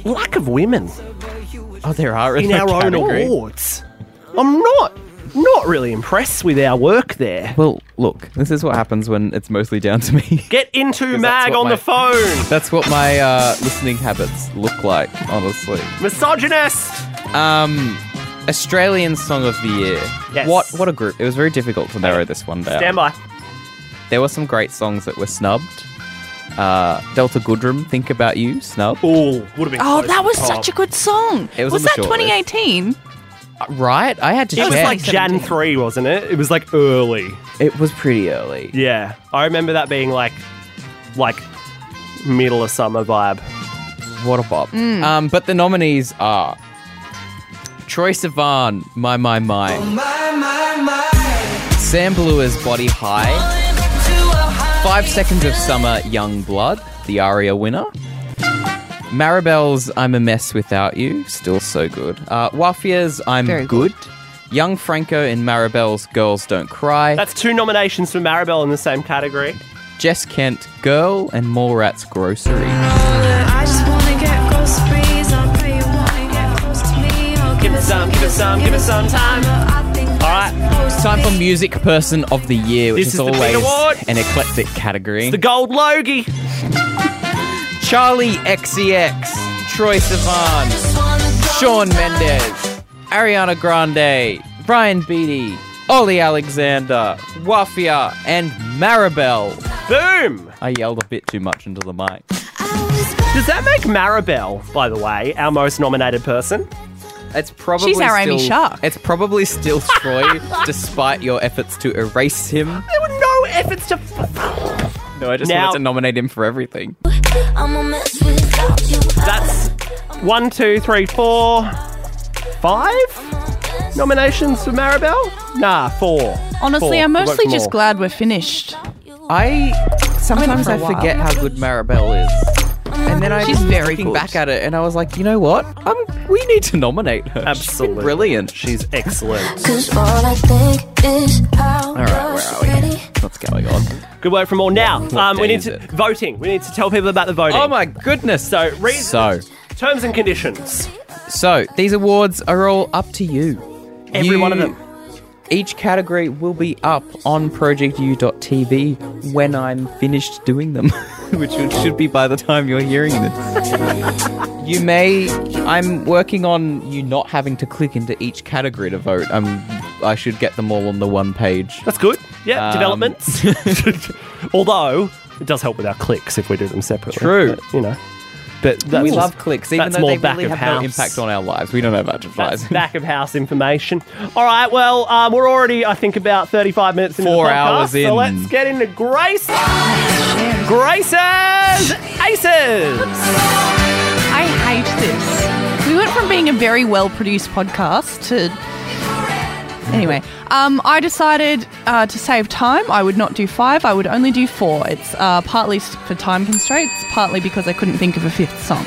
Speaker 2: Lack of women.
Speaker 4: Oh, there are
Speaker 2: in
Speaker 4: no
Speaker 2: our own
Speaker 4: category.
Speaker 2: awards. I'm not not really impressed with our work there.
Speaker 4: Well, look, this is what happens when it's mostly down to me.
Speaker 2: Get into
Speaker 4: that's
Speaker 2: Mag
Speaker 4: what
Speaker 2: on the phone.
Speaker 4: That's what my uh, listening habits look like, honestly.
Speaker 2: Misogynist.
Speaker 4: Um, Australian Song of the Year.
Speaker 2: Yes.
Speaker 4: What what a group. It was very difficult to narrow this one down.
Speaker 2: Stand by.
Speaker 4: There were some great songs that were snubbed. Uh, Delta Goodrum, Think About You, snub.
Speaker 2: Ooh, would have been.
Speaker 3: Oh,
Speaker 2: close.
Speaker 3: that was such a good song.
Speaker 4: It was on the
Speaker 3: that
Speaker 4: shortlist.
Speaker 3: 2018?
Speaker 4: Right? I had to
Speaker 2: It was
Speaker 4: check.
Speaker 2: like Jan
Speaker 3: 2017.
Speaker 2: three, wasn't it? It was like early.
Speaker 4: it was pretty early.
Speaker 2: Yeah, I remember that being like, like middle of summer vibe.
Speaker 4: What a bop. Um, but the nominees are Troy Sivan, My My My. Sam Bluer's Body High. Five Seconds of Summer, Young Blood, the ARIA winner. Maribel's I'm a Mess Without You, still so good. Uh, Wafia's I'm
Speaker 3: Very
Speaker 4: good. Young Franco and Maribel's Girls Don't Cry.
Speaker 2: That's two nominations for Maribel in the same category.
Speaker 4: Jess Kent, Girl, and Morat's Grocery.
Speaker 2: Give it some, give it some, give it some time. All right,
Speaker 4: Time for Music Person of the Year, which
Speaker 2: This
Speaker 4: is,
Speaker 2: is the big
Speaker 4: always
Speaker 2: award.
Speaker 4: an eclectic category.
Speaker 2: the gold Logie.
Speaker 4: Charlie XCX, Troy Sivan, Sean Mendes, Ariana Grande, Brian Beatty, Ollie Alexander, Wafia, and Maribel.
Speaker 2: Boom.
Speaker 4: I yelled a bit too much into the mic.
Speaker 2: Does that make Maribel, by the way, our most nominated person?
Speaker 4: It's probably
Speaker 3: She's our Amy
Speaker 4: still-
Speaker 3: Shark.
Speaker 4: It's probably still Troy, despite your efforts to erase him.
Speaker 2: There were no efforts to.
Speaker 4: No, I just
Speaker 2: Now-
Speaker 4: wanted to nominate him for everything.
Speaker 2: That's one, two, three, four, five. nominations for Maribel? Nah, four.
Speaker 3: Honestly,
Speaker 2: Four.
Speaker 3: I'm
Speaker 2: We've got
Speaker 3: mostly
Speaker 2: some
Speaker 3: just
Speaker 2: more.
Speaker 3: glad we're finished.
Speaker 4: I sometimes
Speaker 3: for
Speaker 4: I
Speaker 3: a while.
Speaker 4: forget how good Maribel is, and then I
Speaker 3: She's
Speaker 4: was
Speaker 3: very
Speaker 4: looking
Speaker 3: good.
Speaker 4: back at it, and I was like, you know what? Um, we need to nominate her. She's been
Speaker 2: Absolutely.
Speaker 4: brilliant.
Speaker 2: She's excellent.
Speaker 8: Cause all I think is how
Speaker 4: All right, where are we? What's going on?
Speaker 2: Good work from all. Now, um, we
Speaker 4: day
Speaker 2: need
Speaker 4: is
Speaker 2: to
Speaker 4: it?
Speaker 2: voting. We need to tell people about the voting.
Speaker 4: Oh my goodness!
Speaker 2: So, read-
Speaker 4: so
Speaker 2: Terms and conditions.
Speaker 4: so these awards are all up to you.
Speaker 2: Every
Speaker 4: You-
Speaker 2: one of them.
Speaker 4: Each category will be up on projectu.tv when I'm finished doing them, which would- should be by the time you're hearing this. you may. I'm working on you not having to click into each category to vote. I'm. I should get them all on the one page.
Speaker 2: That's good. Yeah,
Speaker 4: Um,
Speaker 2: developments. Although it does help with our clicks if we do them separately.
Speaker 4: True.
Speaker 2: but, you know, but that's
Speaker 4: we
Speaker 2: just-
Speaker 4: love clicks, even
Speaker 2: that's
Speaker 4: though
Speaker 2: more
Speaker 4: they
Speaker 2: back
Speaker 4: really
Speaker 2: of
Speaker 4: have
Speaker 2: house.
Speaker 4: no impact on our lives. We don't have
Speaker 2: That's
Speaker 4: advertising.
Speaker 2: back of house information. All right, well, um, we're already, I think, about 35 minutes into
Speaker 4: Four
Speaker 2: the podcast,
Speaker 4: hours
Speaker 2: so
Speaker 4: in.
Speaker 2: let's get into Grace. Grace's Aces.
Speaker 3: I hate this. We went from being a very well produced podcast to. Anyway, um, I decided uh, to save time. I would not do five, I would only do four. It's uh, partly s- for time constraints, partly because I couldn't think of a fifth song.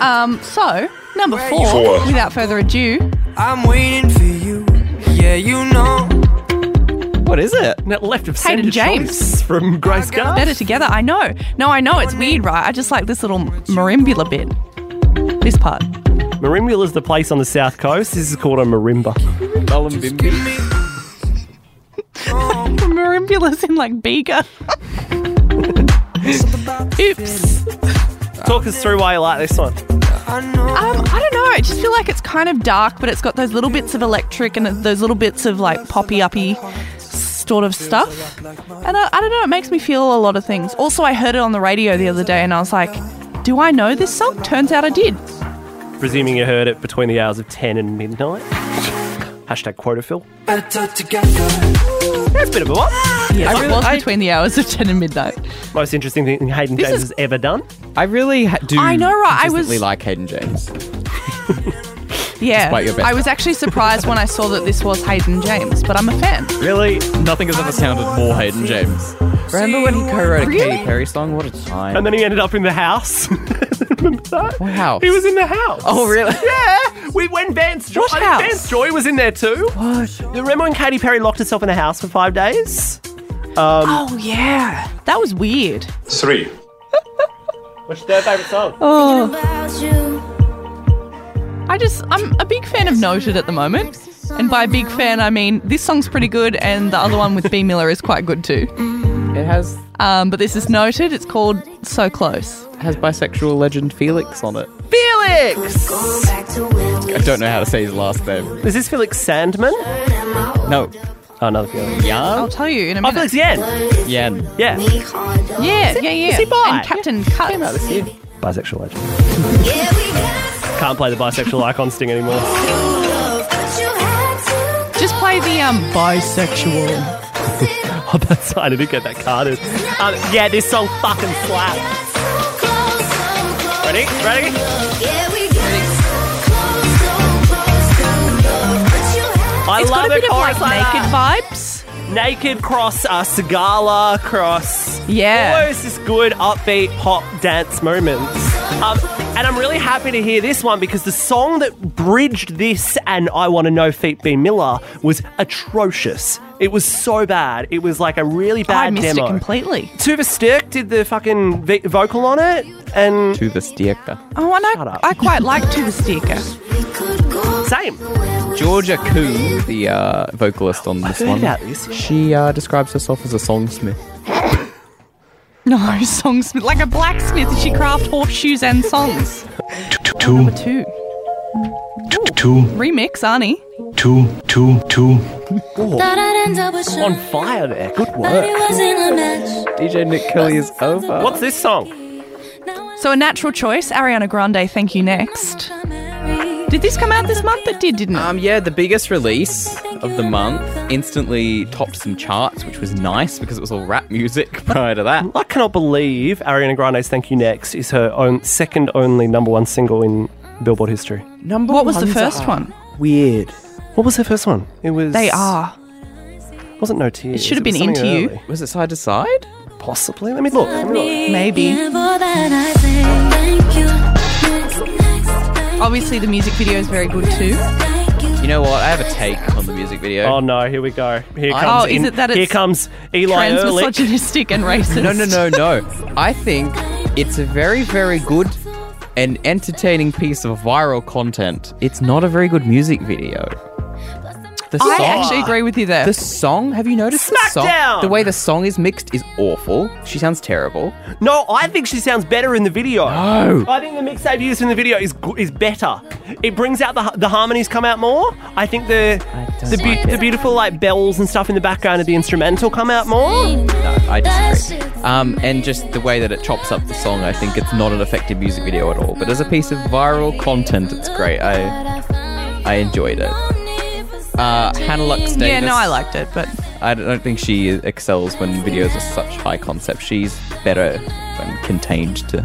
Speaker 3: Um, so, number four,
Speaker 7: Four.
Speaker 3: without further ado,
Speaker 5: I'm waiting for you. Yeah, you know.
Speaker 4: what is it?
Speaker 2: And that left of centre
Speaker 3: Hayden James.
Speaker 2: choice from Grace Garth.
Speaker 3: Better Together. I know. No, I know, it's weird, right? I just like this little marimbula bit. This part.
Speaker 2: Marimbula is the place on the south coast. This is called a marimba.
Speaker 4: Mullumbimby.
Speaker 3: Marimbula's in like Bega. Oops.
Speaker 2: Talk us through why you like this one.
Speaker 3: Um, I don't know. I just feel like it's kind of dark, but it's got those little bits of electric and those little bits of like poppy uppy sort of stuff. And I, I don't know. It makes me feel a lot of things. Also, I heard it on the radio the other day, and I was like, "Do I know this song?" Turns out I did.
Speaker 2: Presuming you heard it between the hours of 10 and midnight. Hashtag quota fill.
Speaker 5: Better together.
Speaker 2: That's a bit of a one.
Speaker 3: Yes,
Speaker 4: I
Speaker 3: it
Speaker 4: really-
Speaker 3: was
Speaker 4: I-
Speaker 3: between the hours of ten and midnight.
Speaker 2: Most interesting thing Hayden
Speaker 3: This
Speaker 2: James
Speaker 3: is-
Speaker 2: has ever done.
Speaker 4: I really ha- do.
Speaker 3: I know, right? I was-
Speaker 4: consistently like Hayden James.
Speaker 3: Yeah,
Speaker 4: Despite your best.
Speaker 3: I was actually surprised when I saw that this was Hayden James, but I'm a fan.
Speaker 4: Really, nothing has ever sounded more Hayden James. Remember when he co-wrote a Katy Perry song? What a time!
Speaker 2: And then he ended up in the house. Remember that?
Speaker 4: What house?
Speaker 2: He was in the house.
Speaker 4: oh, really?
Speaker 2: Yeah. We when Vance Joy.
Speaker 3: What
Speaker 2: I think
Speaker 3: house?
Speaker 2: Vance Joy was in there too. What? Remember when Katy Perry locked herself in a house for five days?
Speaker 3: Oh yeah, that was weird.
Speaker 7: Three.
Speaker 2: What's your third favourite song?
Speaker 3: Oh. I just, I'm a big fan of Noted at the moment. And by big fan, I mean this song's pretty good, and the other one with B. Miller is quite good too.
Speaker 4: It has
Speaker 3: Um, but this is Noted. It's called So Close.
Speaker 4: has bisexual legend Felix on it.
Speaker 2: Felix!
Speaker 4: I don't know how to say his last name.
Speaker 2: Is this Felix Sandman?
Speaker 4: No,
Speaker 2: Oh, another Felix.
Speaker 3: I'll
Speaker 4: Jan.
Speaker 3: tell you in a
Speaker 2: Oh,
Speaker 3: minute.
Speaker 2: Felix Yen.
Speaker 4: Jan.
Speaker 2: Yeah.
Speaker 3: yeah, yeah, yeah.
Speaker 2: is he bi?
Speaker 3: And Captain Cuts.
Speaker 2: Bisexual legend. Can't play the bisexual icon sting anymore.
Speaker 3: Just play the um bisexual.
Speaker 2: Oh, that's I didn't get that carded. Um, yeah, this song fucking slaps. Ready? Ready? I
Speaker 3: It's
Speaker 2: love
Speaker 3: got a bit
Speaker 2: it.
Speaker 3: of like
Speaker 2: chorus
Speaker 3: naked
Speaker 2: that.
Speaker 3: vibes.
Speaker 2: naked cross, uh, Sagala cross.
Speaker 3: Yeah.
Speaker 2: All those just good upbeat pop dance moments. Um, and I'm really happy to hear this one because the song that bridged this and I Want to Know Feet B Miller was atrocious. It was so bad. It was like a really bad
Speaker 3: I missed
Speaker 2: demo.
Speaker 3: it completely.
Speaker 2: Tuva Stirk did the fucking v- vocal on it, and
Speaker 4: To the Stiekta.
Speaker 3: Oh, and
Speaker 2: Shut
Speaker 3: I,
Speaker 2: up.
Speaker 3: I quite like to the sticker.
Speaker 2: same.
Speaker 4: Georgia Koo, the uh, vocalist on this
Speaker 2: heard
Speaker 4: one,
Speaker 2: about this.
Speaker 4: she uh, describes herself as a songsmith.
Speaker 3: No, songsmith. Like a blacksmith, she craft horseshoes and songs.
Speaker 6: Two,
Speaker 3: Two.
Speaker 6: two,
Speaker 3: Remix, Arnie.
Speaker 6: two, two, two.
Speaker 2: On fire there. Good work.
Speaker 4: DJ Nick Kelly is over.
Speaker 2: What's this song?
Speaker 3: So a natural choice, Ariana Grande, thank you next. Did this come out this month? It did, didn't it?
Speaker 4: Um, yeah, the biggest release of the month instantly topped some charts, which was nice because it was all rap music prior to that.
Speaker 2: I cannot believe Ariana Grande's Thank You Next is her own second only number one single in Billboard history.
Speaker 4: Number
Speaker 3: what was the first one?
Speaker 2: Weird. What was her first one? It was.
Speaker 3: They are.
Speaker 2: Wasn't no tears.
Speaker 3: It should have
Speaker 2: was
Speaker 3: been
Speaker 2: something
Speaker 3: Into You.
Speaker 2: early.
Speaker 4: Was it side to side?
Speaker 2: Possibly. Let me look. Let me
Speaker 3: Maybe. Obviously, the music video is very good too.
Speaker 4: You know what? I have a take on the music video.
Speaker 2: look. Oh no! Here we go. Here
Speaker 4: Oh,
Speaker 2: comes.
Speaker 3: is
Speaker 2: in-
Speaker 3: it that
Speaker 2: Here
Speaker 3: it's
Speaker 2: comes Eli Ehrlich.
Speaker 3: Transmisogynistic and racist.
Speaker 4: No, no, no, no. I think it's a very, very good and entertaining piece of viral content. It's not a very good music video. The
Speaker 3: I
Speaker 4: song,
Speaker 3: actually agree with you there.
Speaker 4: the song. Have you noticed the
Speaker 2: Smackdown!
Speaker 4: song? The way the song is mixed is awful. She sounds terrible.
Speaker 2: No, I think she sounds better in the video.
Speaker 3: Oh!
Speaker 4: No.
Speaker 2: I think the mixtape used in the video is go- is better. It brings out the the harmonies come out more. I think the
Speaker 4: I don't
Speaker 2: the,
Speaker 4: like it.
Speaker 2: the beautiful like bells and stuff in the background of the instrumental come out more.
Speaker 4: No, I disagree. Um, and just the way that it chops up the song, I think it's not an effective music video at all. But as a piece of viral content, it's great. I I enjoyed it. Uh, Hannah Lux Davis.
Speaker 3: yeah, no, I liked it, but
Speaker 4: I don't think she excels when videos are such high concept. She's better when contained to.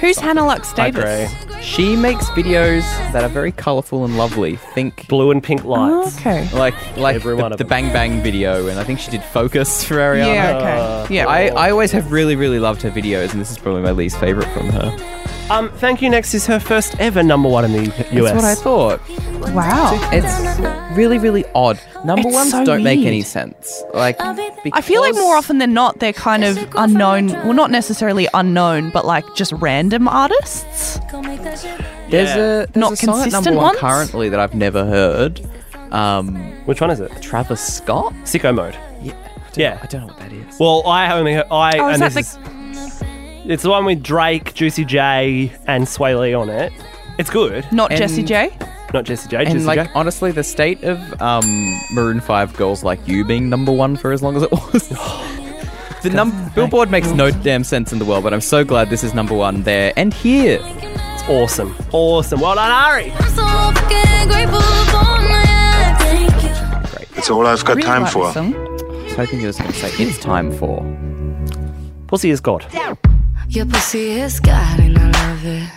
Speaker 3: who's Hannah Lux Davis?
Speaker 4: She makes videos that are very colourful and lovely. Think
Speaker 2: Blue and pink lights.
Speaker 3: Okay.
Speaker 4: like like
Speaker 2: Every
Speaker 4: the,
Speaker 2: one of
Speaker 4: the
Speaker 2: them.
Speaker 4: Bang Bang video, and I think she did Focus for Ariana.
Speaker 3: Yeah,
Speaker 2: Uh,
Speaker 3: okay. Yeah.
Speaker 2: oh.
Speaker 4: I, I always have really, really loved her videos, and this is probably my least favorite from her.
Speaker 2: Um, thank you. Next is her first ever number one in the US.
Speaker 4: That's what I thought.
Speaker 3: wow.
Speaker 4: It's really, really odd. Number
Speaker 3: It's
Speaker 4: ones
Speaker 3: so
Speaker 4: don't make any
Speaker 3: weird.
Speaker 4: sense. Like,
Speaker 3: I feel like
Speaker 4: because-
Speaker 3: more often than not, they're kind of unknown. Well, not necessarily unknown, but like just random artists.
Speaker 4: There's
Speaker 2: Yeah.
Speaker 4: a there's
Speaker 3: Not
Speaker 4: a song at number
Speaker 3: consistent
Speaker 4: one
Speaker 3: ones?
Speaker 4: currently that I've never heard. Um,
Speaker 2: Which one is it?
Speaker 4: Travis Scott.
Speaker 2: Sicko mode.
Speaker 4: Yeah,
Speaker 2: Yeah.
Speaker 4: I don't know what that is.
Speaker 2: Well, I only I
Speaker 3: Oh, is
Speaker 2: and
Speaker 3: that
Speaker 2: this is- it's the one with Drake, Juicy J, and Sway Lee on it. It's good.
Speaker 3: Not
Speaker 4: And-
Speaker 3: Jessie J.
Speaker 2: Not Juicy J. Juicy
Speaker 4: and like
Speaker 2: J.
Speaker 4: honestly, the state of um, Maroon Five girls like you being number one for as long as it was. the num- Billboard makes no damn sense in the world, but I'm so glad this is number one there and here.
Speaker 2: It's awesome, awesome. Well done, Ari.
Speaker 4: Great. I
Speaker 7: It's all I've got time
Speaker 3: like
Speaker 7: for.
Speaker 3: this song.
Speaker 4: was hoping you was going to say it's time for.
Speaker 2: Pussy is God.
Speaker 8: Your pussy is God and I love it.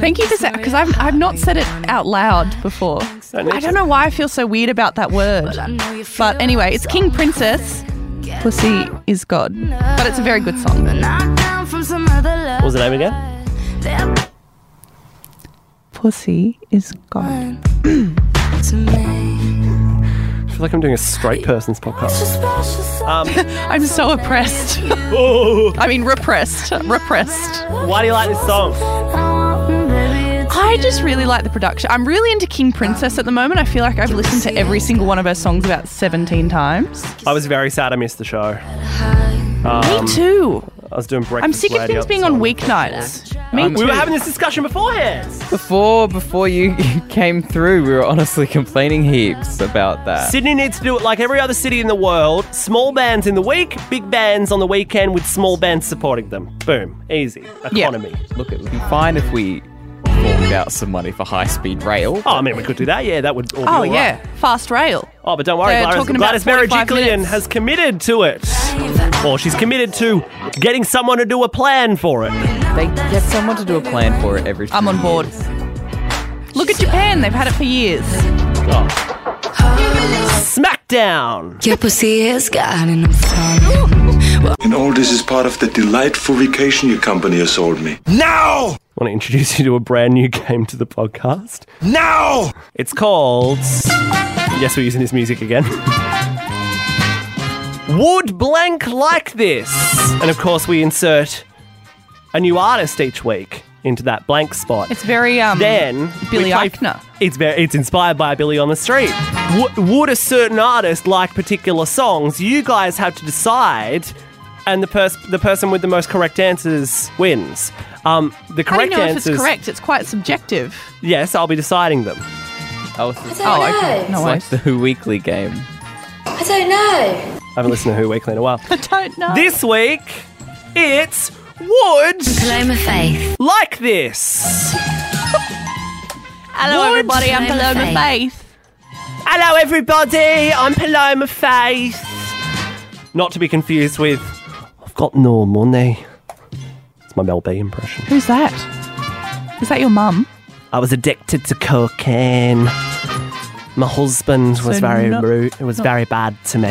Speaker 3: Thank you for saying because I've I've not said it out loud before. I don't know why I feel so weird about that word. But anyway, it's King Princess. Pussy is God. But it's a very good song.
Speaker 2: What was the name again?
Speaker 3: Pussy is God.
Speaker 2: I feel like I'm doing a straight person's podcast.
Speaker 8: Um,
Speaker 2: Um,
Speaker 3: I'm so oppressed.
Speaker 2: Ooh,
Speaker 3: I mean, repressed. Repressed.
Speaker 2: why do you like this song?
Speaker 3: I just really like the production. I'm really into King Princess at the moment. I feel like I've listened to every single one of her songs about 17 times.
Speaker 2: I was very sad I missed the show. Um,
Speaker 3: Me too.
Speaker 2: I was doing breakfast.
Speaker 3: I'm sick of
Speaker 2: lady
Speaker 3: things
Speaker 2: up
Speaker 3: being
Speaker 2: the
Speaker 3: on
Speaker 2: side.
Speaker 3: weeknights. Me
Speaker 4: Um,
Speaker 2: We
Speaker 3: too.
Speaker 2: were having this discussion beforehand.
Speaker 4: Before before you came through, we were honestly complaining heaps about that.
Speaker 2: Sydney needs to do it like every other city in the world. Small bands in the week, big bands on the weekend with small bands supporting them. Boom. Easy.
Speaker 3: Yeah.
Speaker 2: Economy.
Speaker 4: Look, it would be fine if we forked out some money for high speed rail.
Speaker 2: Oh, I mean, we could do that. Yeah, that would all be
Speaker 3: Oh,
Speaker 2: all right.
Speaker 3: yeah. Fast rail.
Speaker 2: Oh, but don't worry,
Speaker 3: They're
Speaker 2: Gladys,
Speaker 3: talking about
Speaker 2: Gladys
Speaker 3: 45
Speaker 2: Berejiklian
Speaker 3: minutes.
Speaker 2: has committed to it. Or she's committed to getting someone to do a plan for it.
Speaker 4: They get someone to do a plan for it every.
Speaker 3: I'm
Speaker 4: few
Speaker 3: on board.
Speaker 4: years.
Speaker 3: Look at Japan. They've had it for years.
Speaker 2: Smackdown.
Speaker 8: Your pussy is God and I'm falling.
Speaker 7: And all this is part of the delightful vacation your company has sold me. Now!
Speaker 2: I want to introduce you to a brand new game to the podcast.
Speaker 7: Now!
Speaker 2: It's called. Yes, we're using this music again. Would blank like this? And of course, we insert a new artist each week into that blank spot.
Speaker 3: It's very, um,
Speaker 2: then
Speaker 3: Billy
Speaker 2: we play-
Speaker 3: Eichner.
Speaker 2: It's very, it's inspired by Billy on the Street. W- would a certain artist like particular songs? You guys have to decide, and the person the person with the most correct answers wins. Um, the
Speaker 3: How do you
Speaker 2: correct
Speaker 3: know if
Speaker 2: answers.
Speaker 3: it's correct? It's quite subjective.
Speaker 2: Yes, I'll be deciding them.
Speaker 4: Oh, it's it's
Speaker 3: Oh, okay. No
Speaker 4: like
Speaker 3: worries.
Speaker 4: the Who Weekly game.
Speaker 1: I don't know.
Speaker 2: I haven't listened to Who Weekly in a while.
Speaker 3: I don't know.
Speaker 2: This week, it's Would
Speaker 8: Paloma Faith.
Speaker 2: Like This.
Speaker 3: Hello,
Speaker 2: Would-
Speaker 3: everybody. I'm Paloma Faith.
Speaker 2: Hello, everybody. I'm Paloma Faith. Not to be confused with I've got no money. It's my Mel B impression.
Speaker 3: Who's that? Is that your mum?
Speaker 2: I was addicted to cocaine. My husband was
Speaker 3: So
Speaker 2: very
Speaker 3: not-
Speaker 2: rude. It was very bad to me.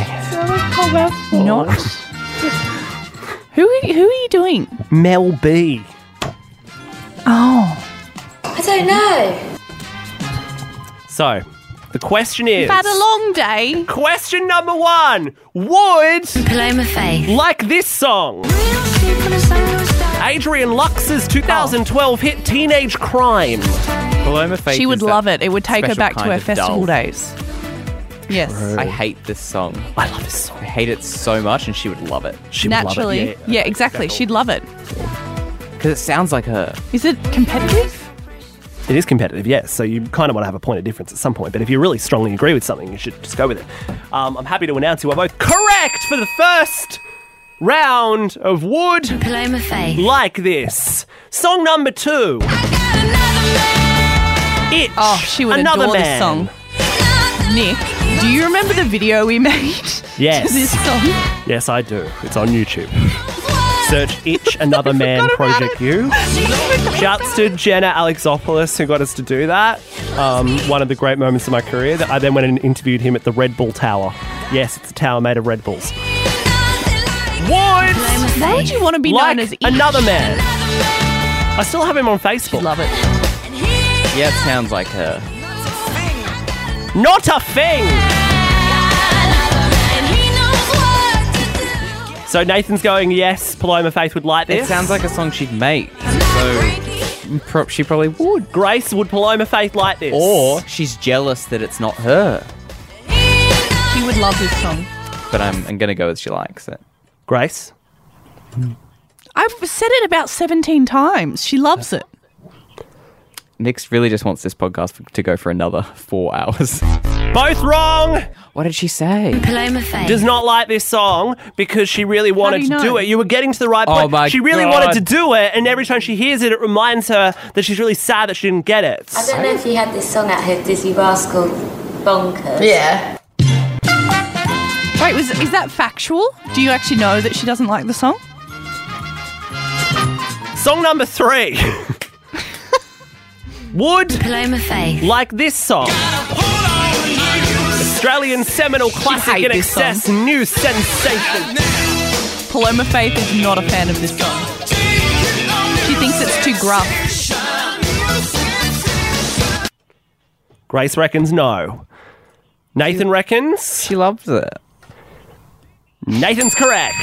Speaker 3: Not. who are, who are you doing?
Speaker 2: Mel B.
Speaker 3: Oh,
Speaker 8: I don't know.
Speaker 2: So, the question is.
Speaker 3: you've had a long day.
Speaker 2: Question number one Would
Speaker 1: Paloma Faith.
Speaker 2: like this song. Adrian Lux's 2012 hit Teenage Crime.
Speaker 4: Paloma Faith
Speaker 3: She would
Speaker 4: is that-
Speaker 3: love it. It would take her
Speaker 4: special
Speaker 3: back to
Speaker 4: kind
Speaker 3: her
Speaker 4: of
Speaker 3: festival
Speaker 4: dull.
Speaker 3: days. Yes.
Speaker 4: I
Speaker 2: Oh.
Speaker 4: hate this song.
Speaker 2: I love this
Speaker 4: I
Speaker 2: song.
Speaker 4: hate it so much, and she would love it
Speaker 2: She would love it.
Speaker 3: Naturally.
Speaker 2: Yeah.
Speaker 3: yeah, exactly. She'd love it.
Speaker 4: because it sounds like her.
Speaker 3: Is it competitive?
Speaker 2: It is competitive, yes. So you kind of want to have a point of difference at some point. But if you really strongly agree with something, you should just go with it. Um, I'm happy to announce you are both correct for the first round of Would
Speaker 1: Paloma Faith.
Speaker 2: Like This. Song number two. Itch.
Speaker 3: Oh, she would
Speaker 2: Another
Speaker 3: adore
Speaker 2: Man.
Speaker 3: this song. Nick, do you remember the video we made
Speaker 2: Yes.
Speaker 3: to this song?
Speaker 2: Yes, I do. It's on YouTube. Search Itch Another Man
Speaker 3: forgot about
Speaker 2: Project U. Shouts to Jenna Alexopoulos who got us to do that. Um, one of the great moments of my career. I then went and interviewed him at the Red Bull Tower. Yes, it's a tower made of Red Bulls. What?
Speaker 3: Why would you want to be
Speaker 2: Like
Speaker 3: known as Itch?
Speaker 2: another man. I still have him on Facebook.
Speaker 3: Love it.
Speaker 4: Yeah, it sounds like her.
Speaker 2: Not a thing. So Nathan's going. Yes, Paloma Faith would like
Speaker 4: It
Speaker 2: this.
Speaker 4: sounds like a song she'd make. So pro- she probably would.
Speaker 2: Grace would Paloma Faith like this.
Speaker 4: Or she's jealous that it's not her.
Speaker 3: She would love this song.
Speaker 4: But I'm, I'm gonna go with she likes it.
Speaker 2: Grace.
Speaker 3: I've said it about 17 times. She loves it.
Speaker 4: Nix really just wants this podcast for, to go for another four hours.
Speaker 2: Both wrong.
Speaker 4: What did she say?
Speaker 1: Paloma Faith.
Speaker 2: does not like this song because she really wanted
Speaker 3: do you
Speaker 2: to
Speaker 3: know?
Speaker 2: do it. You were getting to the right point.
Speaker 4: Oh my
Speaker 2: she really
Speaker 4: God.
Speaker 2: wanted to do it, and every time she hears it, it reminds her that she's really sad that she didn't get it.
Speaker 10: I don't know if you had this song out here, Dizzy Rascal Bonkers.
Speaker 1: Yeah.
Speaker 3: Wait, was, is that factual? Do you actually know that she doesn't like the song?
Speaker 2: Song number three. Would
Speaker 1: Paloma Faith.
Speaker 2: like this song. Australian seminal classic
Speaker 3: hate
Speaker 2: in
Speaker 3: this
Speaker 2: excess, new sensation.
Speaker 3: Paloma Faith is not a fan of this song. She thinks it's too gruff.
Speaker 2: Grace reckons no. Nathan reckons.
Speaker 4: She loves it.
Speaker 2: Nathan's correct.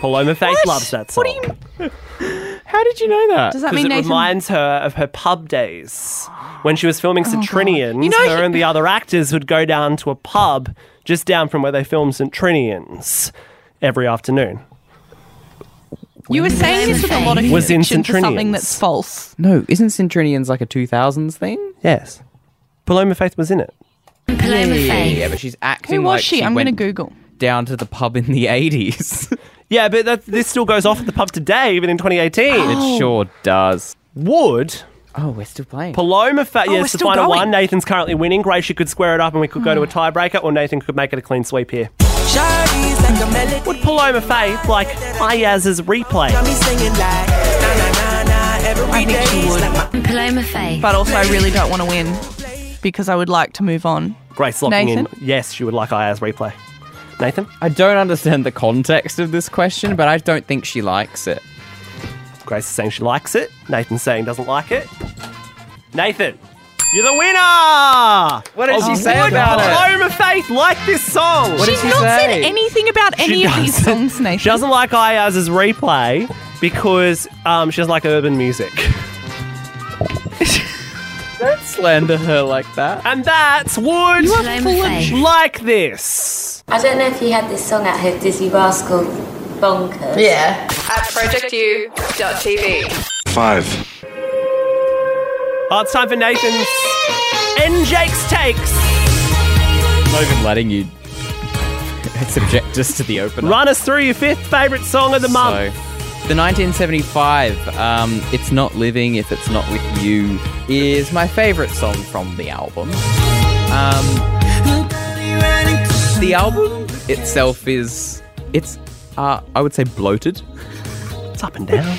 Speaker 2: Paloma Faith
Speaker 3: What?
Speaker 2: loves that song.
Speaker 3: What do you,
Speaker 4: How did you know that?
Speaker 3: does that
Speaker 2: Because
Speaker 3: mean
Speaker 2: it
Speaker 3: Nathan?
Speaker 2: reminds her of her pub days when she was filming Centrinians.
Speaker 3: Oh, You know-
Speaker 2: her and the other actors would go down to a pub just down from where they filmed Centrinians every afternoon.
Speaker 3: you were saying this with a lot of
Speaker 2: Was in
Speaker 3: conviction for something
Speaker 2: Centrinians.
Speaker 3: that's false.
Speaker 4: No, isn't Centrinians like a 2000s thing?
Speaker 2: Yes, Paloma Faith was in it.
Speaker 1: Paloma Faith.
Speaker 4: Yeah, but she's acting
Speaker 3: Who was
Speaker 4: like
Speaker 3: she? I'm
Speaker 4: went
Speaker 3: going to Google.
Speaker 4: down to the pub in the 80s.
Speaker 2: Yeah, but that, this still goes off at the pub today, even in 2018.
Speaker 3: Oh.
Speaker 4: It sure does.
Speaker 2: Would
Speaker 4: Oh, we're still playing.
Speaker 2: Paloma Faith?
Speaker 3: Oh, we're
Speaker 2: yes, the
Speaker 3: still
Speaker 2: final
Speaker 3: going.
Speaker 2: one.
Speaker 3: Hmm.
Speaker 2: Nathan's currently winning. Grace, you could square it up, and we could go to a tiebreaker, or Nathan could make it a clean sweep here. Would Paloma Faith like Ayaz's replay?
Speaker 3: I think she would,
Speaker 1: Paloma Faith.
Speaker 3: but also I really don't want to win because I would like to move on.
Speaker 2: Grace locking
Speaker 3: Nathan?
Speaker 2: in. Yes, she would like Aya's replay. Nathan?
Speaker 4: I don't understand the context of this question, but I don't think she likes it.
Speaker 2: Grace is saying she likes it. Nathan's saying doesn't like it. Nathan, you're the winner! Oh,
Speaker 4: What did she say about it?
Speaker 2: Paloma Faith like this song.
Speaker 4: What
Speaker 3: She's
Speaker 4: did she
Speaker 3: not said
Speaker 4: say?
Speaker 3: anything about any of these
Speaker 2: doesn't-
Speaker 3: songs, Nathan.
Speaker 2: She doesn't like Ayaz's replay because um, she doesn't like urban music.
Speaker 4: Don't slander her like that.
Speaker 2: And that's would
Speaker 1: Paloma Faith.
Speaker 2: like this.
Speaker 10: I don't know if you had this song out here, Dizzy Rascal Bonkers.
Speaker 1: Yeah. At projectu.tv.
Speaker 7: Five.
Speaker 2: Oh, it's time for Nathan's and Jake's takes.
Speaker 4: I'm not even letting you subject us to the opener.
Speaker 2: Run us through your fifth favourite song of the month.
Speaker 4: So, the 1975, um, It's Not Living If It's Not With You, is my favourite song from the album. Um, the album itself is, it's, uh, I would say, bloated.
Speaker 2: It's up and down.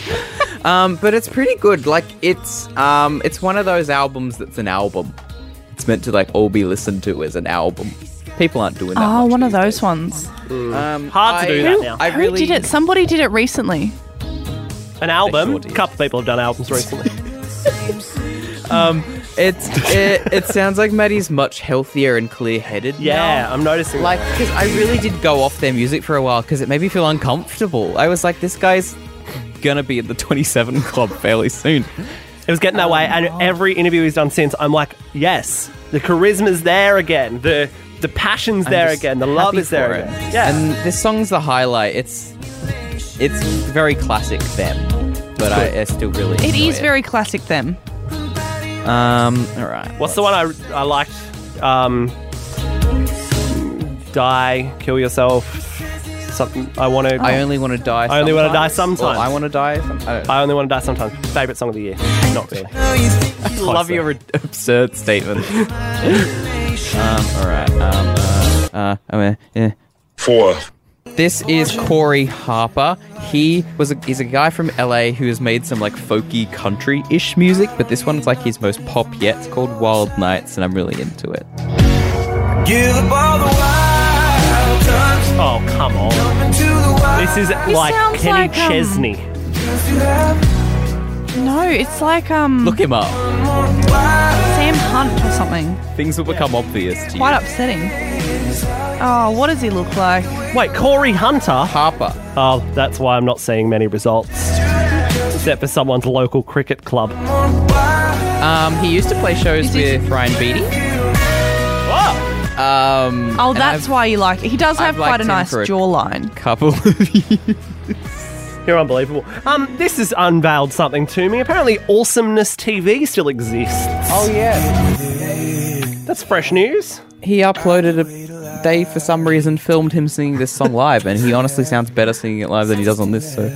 Speaker 4: Um, but it's pretty good. Like it's um, it's one of those albums that's an album. it's meant to like all be listened to as an album. People aren't doing that.
Speaker 3: Oh,
Speaker 4: much
Speaker 3: one of those ones.
Speaker 4: these- Um,
Speaker 2: Hard to
Speaker 4: I-
Speaker 2: do that now.
Speaker 4: I really
Speaker 3: Who did it? Somebody did it recently.
Speaker 2: An album. A couple of people have done albums recently.
Speaker 4: Um, it's it, it sounds like Maddie's much healthier and clear-headed.
Speaker 2: Yeah,
Speaker 4: now.
Speaker 2: I'm noticing.
Speaker 4: Like, because I really did go off their music for a while because it made me feel uncomfortable. I was like, this guy's gonna be in the 27 Club fairly soon.
Speaker 2: It was getting that way,
Speaker 4: Oh.
Speaker 2: and every interview he's done since, I'm like, yes, the charisma's there again, the the passion's
Speaker 4: I'm
Speaker 2: there
Speaker 4: just
Speaker 2: again, the love
Speaker 4: happy
Speaker 2: is there
Speaker 4: for it.
Speaker 2: again. Yeah,
Speaker 4: And this song's the highlight. It's it's very classic them, but I, I still really
Speaker 3: It
Speaker 4: enjoy
Speaker 3: is very classic them.
Speaker 4: Um, all right.
Speaker 2: What's the one I, I liked? Um, die, kill yourself. Something I want to.
Speaker 4: I
Speaker 2: I,
Speaker 4: only want to die.
Speaker 2: I only wanna die
Speaker 4: sometimes, or
Speaker 2: sometimes.
Speaker 4: I want to die. Some, I don't know.
Speaker 2: only want to die sometimes. Favorite song of the year. Not really.
Speaker 4: love your absurd statement. um, all right. Um, uh, uh, I mean, yeah.
Speaker 7: Four.
Speaker 4: This is Corey Harper. He was a, he's a guy from LA who has made some like folky country-ish music, but this one's like his most pop yet. It's called Wild Nights, and I'm really into it.
Speaker 5: Give up all the wild times
Speaker 2: Oh come on!
Speaker 5: to the wild
Speaker 2: This is like
Speaker 3: sounds
Speaker 2: Kenny
Speaker 3: like, um,
Speaker 2: Chesney.
Speaker 5: you have.
Speaker 3: No, it's like um
Speaker 4: Look him up.
Speaker 3: Sam Hunt or something.
Speaker 4: Things will become obvious to you.
Speaker 3: Quite upsetting. Oh, what does he look like?
Speaker 2: Wait, Corey Hunter.
Speaker 4: Harper.
Speaker 2: Oh, that's why I'm not seeing many results, except for someone's local cricket club.
Speaker 4: Um, he used to play shows
Speaker 3: Is he-
Speaker 4: with Ryan Beatty.
Speaker 2: Whoa!
Speaker 4: Um,
Speaker 3: Oh,
Speaker 4: and
Speaker 3: that's
Speaker 4: I've
Speaker 3: why you like it. He does
Speaker 4: I've
Speaker 3: have quite
Speaker 4: liked
Speaker 3: a
Speaker 4: him
Speaker 3: nice
Speaker 4: for a-
Speaker 3: jawline.
Speaker 4: couple of years.
Speaker 2: You're unbelievable. Um, this has unveiled something to me. Apparently, Awesomeness TV still exists.
Speaker 4: Oh yeah.
Speaker 2: That's fresh news.
Speaker 4: he uploaded a they for some reason filmed him singing this song live and he honestly sounds better singing it live than he does on this so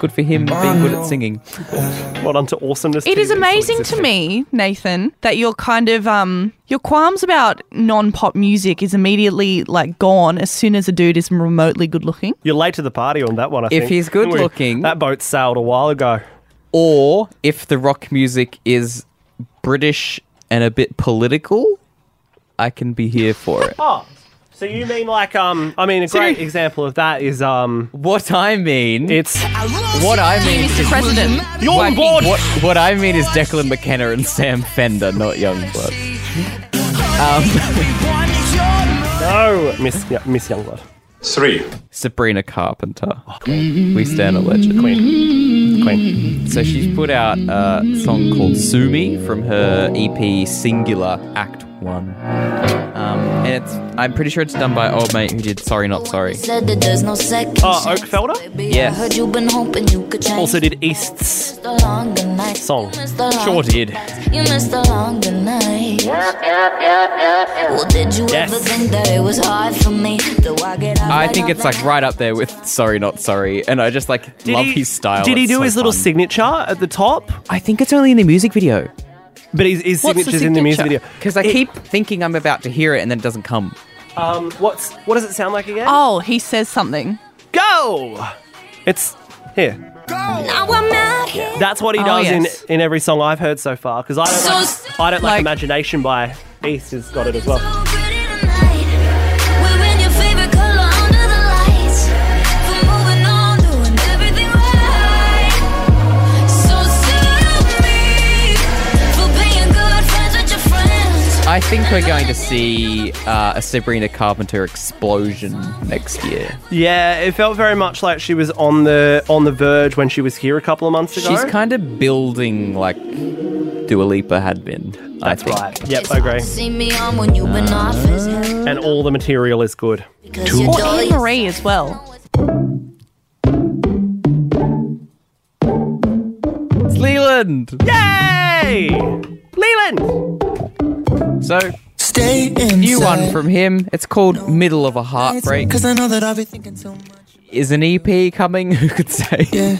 Speaker 4: good for him being good at singing
Speaker 2: Well done to Awesomeness TV.
Speaker 3: It is
Speaker 2: still
Speaker 3: amazing to
Speaker 2: existing.
Speaker 3: me, Nathan, that your kind of um your qualms about non-pop music is immediately like gone as soon as a dude is remotely good looking.
Speaker 2: You're late to the party on that one, I
Speaker 4: If
Speaker 2: think.
Speaker 4: he's good
Speaker 2: We-
Speaker 4: looking-
Speaker 2: That boat sailed a while ago.
Speaker 4: or if the rock music is british and a bit political i can be here for it
Speaker 2: Oh. So you mean like um I mean a
Speaker 4: So-
Speaker 2: great example of that is um
Speaker 4: what i mean
Speaker 2: it's
Speaker 4: what i mean
Speaker 3: Mr. President.
Speaker 2: You're on board
Speaker 4: what, what i mean is declan mckenna and sam fender not youngblood Um,
Speaker 2: No Miss yeah, Miss Youngblood.
Speaker 7: Three.
Speaker 4: sabrina carpenter we stand a legend
Speaker 2: Queen. Queen.
Speaker 4: So she's put out a song called Sumi from her EP Singular Act 1. Um, and it's I'm pretty sure it's done by old mate who did Sorry Not Sorry.
Speaker 8: Said that there's no second
Speaker 2: Uh,
Speaker 8: chance.
Speaker 2: Oakfelder?
Speaker 8: Baby, I
Speaker 4: Yes.
Speaker 8: heard you been hoping you could change.
Speaker 2: Also did East's
Speaker 8: Missed the longer night.
Speaker 2: Song.
Speaker 8: You missed the
Speaker 4: Sure
Speaker 8: longer
Speaker 4: did.
Speaker 8: nights. You missed the longer night. Well, did you
Speaker 2: Yes.
Speaker 8: ever think that it was hard for me? Though I get out
Speaker 4: I
Speaker 8: right
Speaker 4: think
Speaker 8: off
Speaker 4: it's like
Speaker 8: the-
Speaker 4: right up there with Sorry Not Sorry and I just like love his style.
Speaker 2: Did he
Speaker 4: It's
Speaker 2: do
Speaker 4: so
Speaker 2: his little
Speaker 4: fun.
Speaker 2: signature at the top?
Speaker 4: I think it's only in the music video
Speaker 2: But his, his
Speaker 3: What's the
Speaker 2: signature's in the music
Speaker 3: signature?
Speaker 2: video.
Speaker 4: cuz I
Speaker 2: It-
Speaker 4: keep thinking I'm about to hear it and then it doesn't come.
Speaker 2: um what's what does it sound like again?
Speaker 3: Oh, he says something.
Speaker 2: Go! It's here.
Speaker 8: Now I'm out here.
Speaker 2: That's what he
Speaker 3: Oh,
Speaker 2: does
Speaker 3: yes.
Speaker 2: in in every song I've heard so far. Because I don't
Speaker 8: So
Speaker 2: like, I don't like,
Speaker 3: Like-
Speaker 2: Imagination by East has got it as well.
Speaker 4: I think we're going to see uh, a Sabrina Carpenter explosion next year.
Speaker 2: Yeah, it felt very much like she was on the on the verge when she was here a couple of months ago.
Speaker 4: She's kind of building like Dua Lipa had been.
Speaker 2: That's right. Yep, I agree.
Speaker 8: See me on when you've been off is
Speaker 2: And all the material is good.
Speaker 8: because your
Speaker 3: Or
Speaker 8: door
Speaker 3: Anne
Speaker 8: is
Speaker 3: Marie as well.
Speaker 4: It's Leland.
Speaker 2: Yay! Leland!
Speaker 4: So
Speaker 5: Stay inside.
Speaker 4: new one from him. It's called Middle of a Heartbreak.
Speaker 5: Cause I know that I'll be thinking too much.
Speaker 4: Is an EP coming? Who could say?
Speaker 5: Yeah.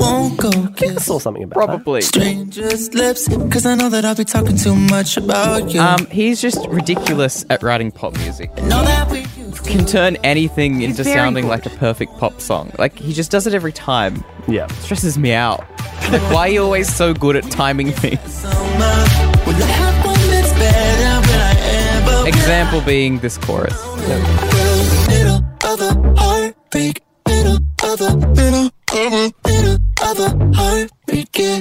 Speaker 5: Won't go
Speaker 2: I
Speaker 5: kiss
Speaker 2: saw something about
Speaker 4: Probably.
Speaker 5: strangers' lips. Cause I know that I'll be talking too much about you.
Speaker 4: Um, he's just ridiculous at writing pop music.
Speaker 5: know that we used
Speaker 4: Can turn anything into
Speaker 3: very
Speaker 4: sounding
Speaker 3: good.
Speaker 4: like a perfect pop song. Like he just does it every time.
Speaker 2: that. Yeah.
Speaker 4: Stresses me out. Like, why are you always so good at timing things?
Speaker 5: so much. Well, I have moments, babe.
Speaker 4: Example being this chorus.
Speaker 5: Little other heartbeat, little other, little other, little other heartbeat, yeah.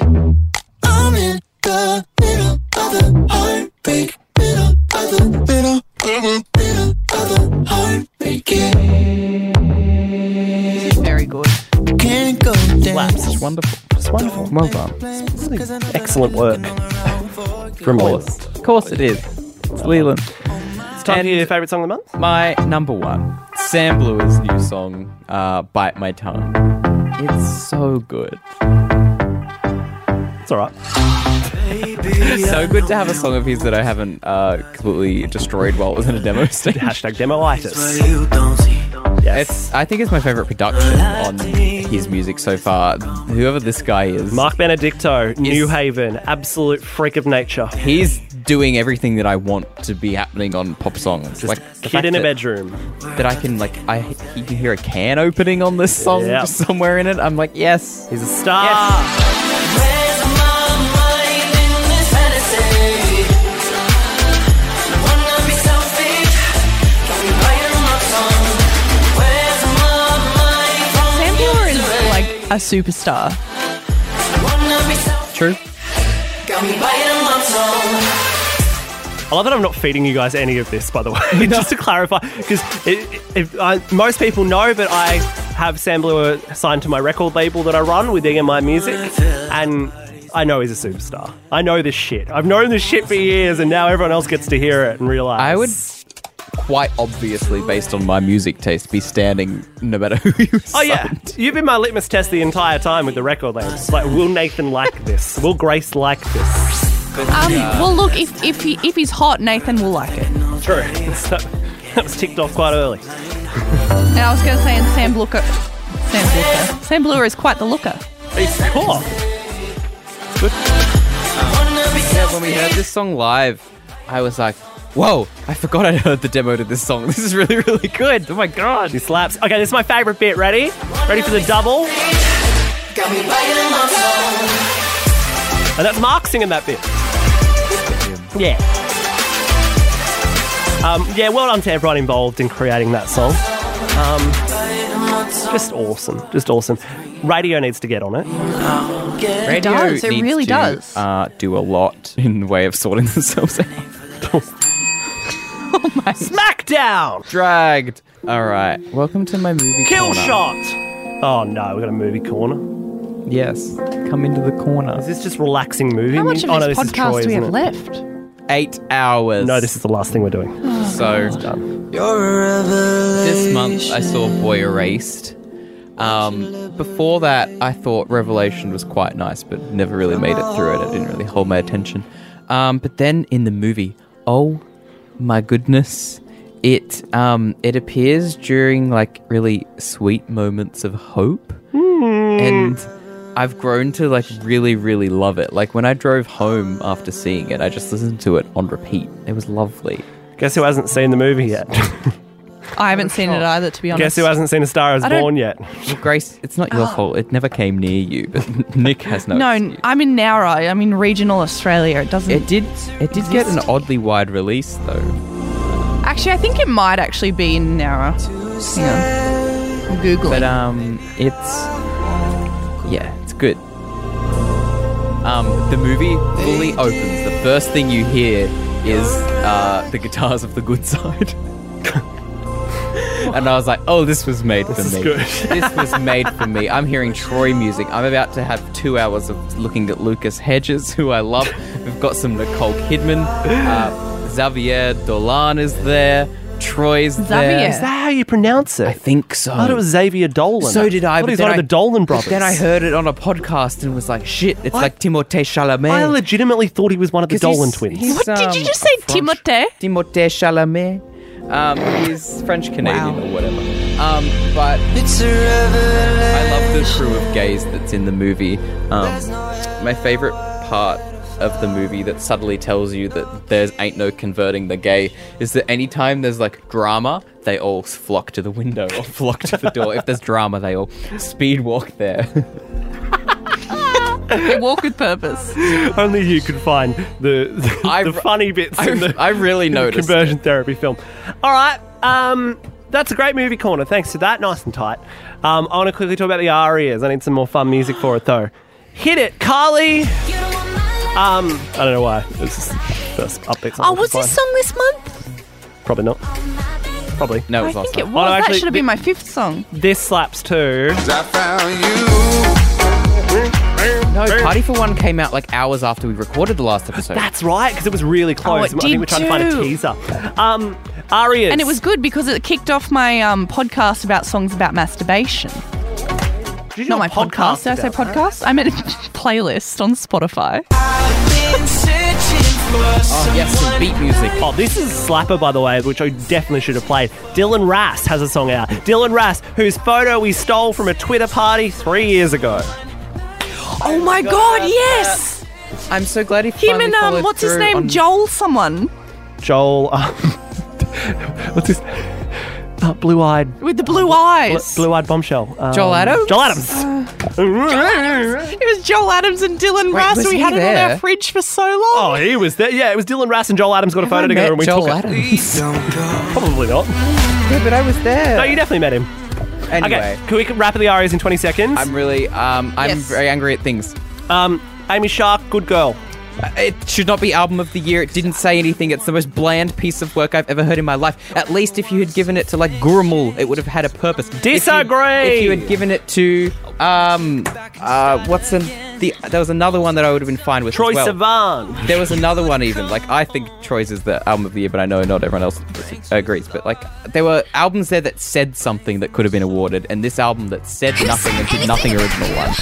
Speaker 5: I'm in the little other heartbeat, little other, little other, little other heartbeat, yeah.
Speaker 3: Very good.
Speaker 5: Can't go down.
Speaker 4: It's wonderful.
Speaker 2: It's wonderful.
Speaker 4: Well done.
Speaker 2: Excellent work from Leland.
Speaker 4: Of course it is. It's Leland.
Speaker 2: It's time
Speaker 4: And-
Speaker 2: for your favourite song of the month.
Speaker 4: My number one, Sam Blue's new song, uh, Bite My Tongue. It's so good.
Speaker 2: It's all right.
Speaker 4: It's so good to have a song of his that I haven't uh, completely destroyed while it was in a demo stage.
Speaker 2: Hashtag demoitis. Yes.
Speaker 4: It's, I think it's my favorite production on his music so far. Whoever this guy is,
Speaker 2: Mark Benedicto, New Haven, absolute freak of nature.
Speaker 4: he's doing everything that I want to be happening on pop songs. like the
Speaker 2: Kid
Speaker 4: fact
Speaker 2: in a
Speaker 4: that-
Speaker 2: bedroom.
Speaker 4: that I can like I you can hear a can opening on this song
Speaker 2: Yeah.
Speaker 4: just somewhere in it. I'm like, yes, he's a
Speaker 2: Star.
Speaker 3: Sam Taylor is like a superstar.
Speaker 4: True.
Speaker 2: I love that I'm not feeding you guys any of this, by the way, just to clarify, because most people know, but I have Sam Bluer signed to my record label that I run with EMI Music, and I know he's a superstar. I know this shit. I've known this shit for years, and now everyone else gets to hear it and realize.
Speaker 4: I would quite obviously, based on my music taste, be standing no matter who you.
Speaker 2: Oh yeah, you've been my litmus test the entire time with the record label. It's like, will Nathan like this? Will Grace like this?
Speaker 3: Um, well, look, if if, he, if he's hot, Nathan will like it.
Speaker 2: True. So, that was ticked off quite early.
Speaker 3: And I was going to say, and Sam Looker, Sam Looker, Sam Bluer is quite the looker.
Speaker 2: It's cool.
Speaker 4: Yeah, when we heard this song live, I was like, whoa! I forgot I heard the demo to this song. This is really really good. Oh my god.
Speaker 2: She slaps. Okay, this is my favorite bit. Ready? Ready for the double? And that's Mark singing that bit. Yeah. Um, yeah, well done to everyone involved in creating that song. Um, just awesome. Just awesome. Radio needs to get on it.
Speaker 4: Radio
Speaker 3: does, it
Speaker 4: needs
Speaker 3: really
Speaker 4: to,
Speaker 3: does.
Speaker 4: Uh, do a lot in the way of sorting themselves out.
Speaker 2: Smackdown!
Speaker 4: Dragged. All right. Welcome to my movie.
Speaker 2: Kill
Speaker 4: corner.
Speaker 2: shot! Oh no, we've got a movie corner.
Speaker 4: Yes. Come into the corner.
Speaker 2: Is this just relaxing movie?
Speaker 3: How much of
Speaker 2: oh, no,
Speaker 3: this
Speaker 2: this is
Speaker 3: podcast
Speaker 2: Troy,
Speaker 3: do we
Speaker 2: isn't
Speaker 3: have
Speaker 2: it?
Speaker 3: left?
Speaker 4: eight hours.
Speaker 2: No, this is the last thing we're doing.
Speaker 4: so This month I saw Boy Erased. Um, before that, I thought Revelation was quite nice, but never really made it through it. It didn't really hold my attention. Um, but then in the movie, oh my goodness, it um, it appears during like really sweet moments of hope, and I've grown to like really really love it. Like when I drove home after seeing it, I just listened to it on repeat. It was lovely.
Speaker 2: Guess who hasn't seen the movie yet?
Speaker 3: I haven't seen it either, to be honest.
Speaker 2: Guess who hasn't seen A Star Is
Speaker 3: I don't-
Speaker 2: Born yet?
Speaker 4: Grace, it's not your fault. It never came near you, but Nick has no.
Speaker 3: No,
Speaker 4: excuse.
Speaker 3: I'm in Nowra. I'm in regional Australia. It doesn't.
Speaker 4: it did. It did get an oddly wide release, though.
Speaker 3: Actually, I think it might actually be in Nowra. Hang on. I'm Googling.
Speaker 4: But um, it's yeah, it's good. Um, the movie fully opens. The first thing you hear is uh, the guitars of the good side. And I was like, "Oh, this was made for
Speaker 2: This is
Speaker 4: me.
Speaker 2: good.
Speaker 4: this was made for me." I'm hearing Troy music. I'm about to have two hours of looking at Lucas Hedges, who I love. We've got some Nicole Kidman. Uh, Xavier Dolan is there. Troy's there.
Speaker 3: Xavier.
Speaker 2: Is that how you pronounce it?
Speaker 4: I think so.
Speaker 2: I thought it was Xavier Dolan.
Speaker 4: So did I.
Speaker 2: thought
Speaker 4: but
Speaker 2: he's
Speaker 4: then
Speaker 2: one
Speaker 4: I-
Speaker 2: of the Dolan
Speaker 4: but
Speaker 2: brothers.
Speaker 4: Then I heard it on a podcast and was like, "Shit, it's
Speaker 2: I-
Speaker 4: like Timothée Chalamet."
Speaker 2: I legitimately thought he was one of the
Speaker 4: 'Cause he's-
Speaker 2: Dolan twins.
Speaker 4: he's,
Speaker 3: What did you
Speaker 4: um,
Speaker 3: just say,
Speaker 4: French-
Speaker 3: Timothée?
Speaker 4: Timothée Chalamet. Um, he's French Canadian
Speaker 3: Wow.
Speaker 4: or whatever. Um, but
Speaker 5: It's a revelation.
Speaker 4: I love the crew of gays that's in the movie. Um, my favorite part of the movie that subtly tells you that there's ain't no converting the gay is that anytime there's like drama, they all flock to the window or flock to the door. if there's drama, they all speed walk there.
Speaker 3: They walk with purpose.
Speaker 2: Only you could find the the, the funny bits in the,
Speaker 4: I really
Speaker 2: in the
Speaker 4: noticed
Speaker 2: conversion therapy film. All right, um, that's a great movie corner. Thanks to that, nice and tight. Um, I want to quickly talk about the arias. I need some more fun music for it though. Hit it, Carly. Um, I don't know why. It's just upbeat.
Speaker 3: Oh, was this song this month?
Speaker 2: Probably not. Probably
Speaker 4: no.
Speaker 3: I think it was. Oh, that should have been my fifth song.
Speaker 2: This slaps too.
Speaker 4: No, Party for One came out like hours after we recorded the last episode.
Speaker 2: That's right, because it was really close.
Speaker 3: Oh, it
Speaker 2: I think
Speaker 3: did
Speaker 2: we're trying to find a
Speaker 3: too.
Speaker 2: teaser. Um, arias.
Speaker 3: And it was good because it kicked off my um, podcast about songs about masturbation.
Speaker 2: Did you do
Speaker 3: Not
Speaker 2: a
Speaker 3: my podcast. Did I say
Speaker 2: about that?
Speaker 3: podcast? I meant a playlist on Spotify.
Speaker 4: Oh, yes, some beat music.
Speaker 2: Oh, this is Slapper, by the way, which I definitely should have played. Dylan Rass has a song out. Dylan Rass, whose photo we stole from a Twitter party three years ago.
Speaker 3: Oh my god, yes!
Speaker 4: I'm so glad he
Speaker 3: Him
Speaker 4: finally
Speaker 3: and um,
Speaker 4: followed
Speaker 3: what's his
Speaker 4: through
Speaker 3: name?
Speaker 4: on-
Speaker 3: Joel someone
Speaker 2: Joel, um, what's his? Uh, blue eyed.
Speaker 3: with the blue eyes.
Speaker 2: Blue eyed bombshell. Um,
Speaker 4: Joel Adams?
Speaker 2: Joel Adams.
Speaker 3: Uh, It was Joel Adams and Dylan Rass.
Speaker 4: was
Speaker 3: We
Speaker 4: he
Speaker 3: had it on
Speaker 4: there?
Speaker 3: our fridge for so long.
Speaker 2: Oh, he was there. Yeah, it was Dylan Rass and Joel Adams got a
Speaker 4: I
Speaker 2: photo together and
Speaker 4: met
Speaker 2: we
Speaker 4: Joel
Speaker 2: took it.
Speaker 4: Adams.
Speaker 2: Probably not.
Speaker 4: yeah, but I was there.
Speaker 2: No, you definitely met him.
Speaker 4: anyway,
Speaker 2: Okay, can we wrap up the arias in 20 seconds?
Speaker 4: I'm really, um, I'm
Speaker 3: Yes.
Speaker 4: very angry at things. Uh,
Speaker 2: Um, Amy Shark, good girl.
Speaker 4: It should not be album of the year. It didn't say anything. It's the most bland piece of work I've ever heard in my life. At least if you had given it to like Gurumul, it would have had a purpose. If you-
Speaker 2: Disagree!
Speaker 4: If you, had given it to um, uh, what's an, the there was another one that I would have been fine with.
Speaker 2: Troy
Speaker 4: as well.
Speaker 2: Sivan.
Speaker 4: There was another one even. Like I think Troy's is the album of the year, but I know not everyone else agrees. But like there were albums there that said something that could have been awarded, and this album that said nothing and did nothing original one.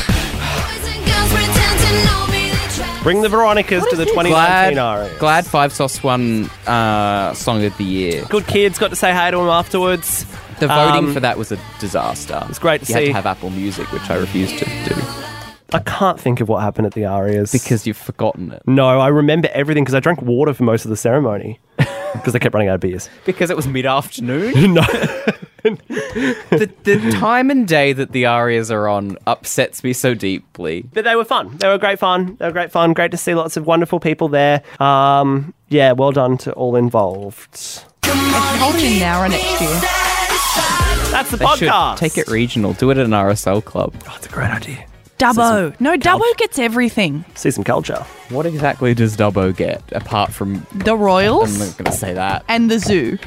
Speaker 2: Bring the Veronicas to the 2019 arias.
Speaker 4: Glad, glad Five Sauce won uh, Song of the Year.
Speaker 2: Good kids, got to say hi to him afterwards.
Speaker 4: The voting
Speaker 2: Um,
Speaker 4: for that was a disaster. It's
Speaker 2: great to
Speaker 4: you had
Speaker 2: see.
Speaker 4: to have Apple Music, which I refused to do
Speaker 2: I can't think of what happened at the Arias.
Speaker 4: because you've forgotten it.
Speaker 2: No, I remember everything because I drank water for most of the ceremony because they kept running out of beers.
Speaker 4: Because it was mid afternoon.
Speaker 2: no.
Speaker 4: the, the time and day that the Arias are on upsets me so deeply.
Speaker 2: But they were fun. They were great fun. They were great fun. Great to see lots of wonderful people there. Um, yeah, well done to all involved.
Speaker 3: Hold it in now or next year.
Speaker 2: That's the
Speaker 4: They should
Speaker 2: podcast.
Speaker 4: take it Oh, regional. Do it at an RSL club.
Speaker 2: That's a great idea.
Speaker 3: Dubbo. No, Dubbo gets everything.
Speaker 2: See some culture.
Speaker 4: What exactly does Dubbo get apart from?
Speaker 3: The
Speaker 4: I'm
Speaker 3: Royals
Speaker 4: not going to say that.
Speaker 3: and the Zoo.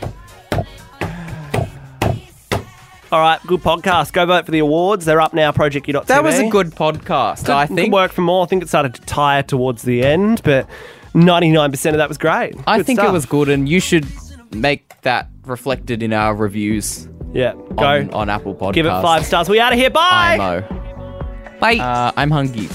Speaker 2: All right, good podcast. Go vote for the awards. They're up now. Project.tv.
Speaker 4: That was a good podcast. I
Speaker 2: Good
Speaker 4: think.
Speaker 2: work for more. I think it started to tire towards the end, but 99% of that was great.
Speaker 4: I
Speaker 2: Good
Speaker 4: think it
Speaker 2: stuff.
Speaker 4: was good, and you should make that reflected in our reviews
Speaker 2: Yeah, go.
Speaker 4: on, on Apple Podcasts.
Speaker 2: Give it five stars. We out of here. Bye.
Speaker 4: IMO.
Speaker 3: Bye.
Speaker 4: Uh, I'm hungry.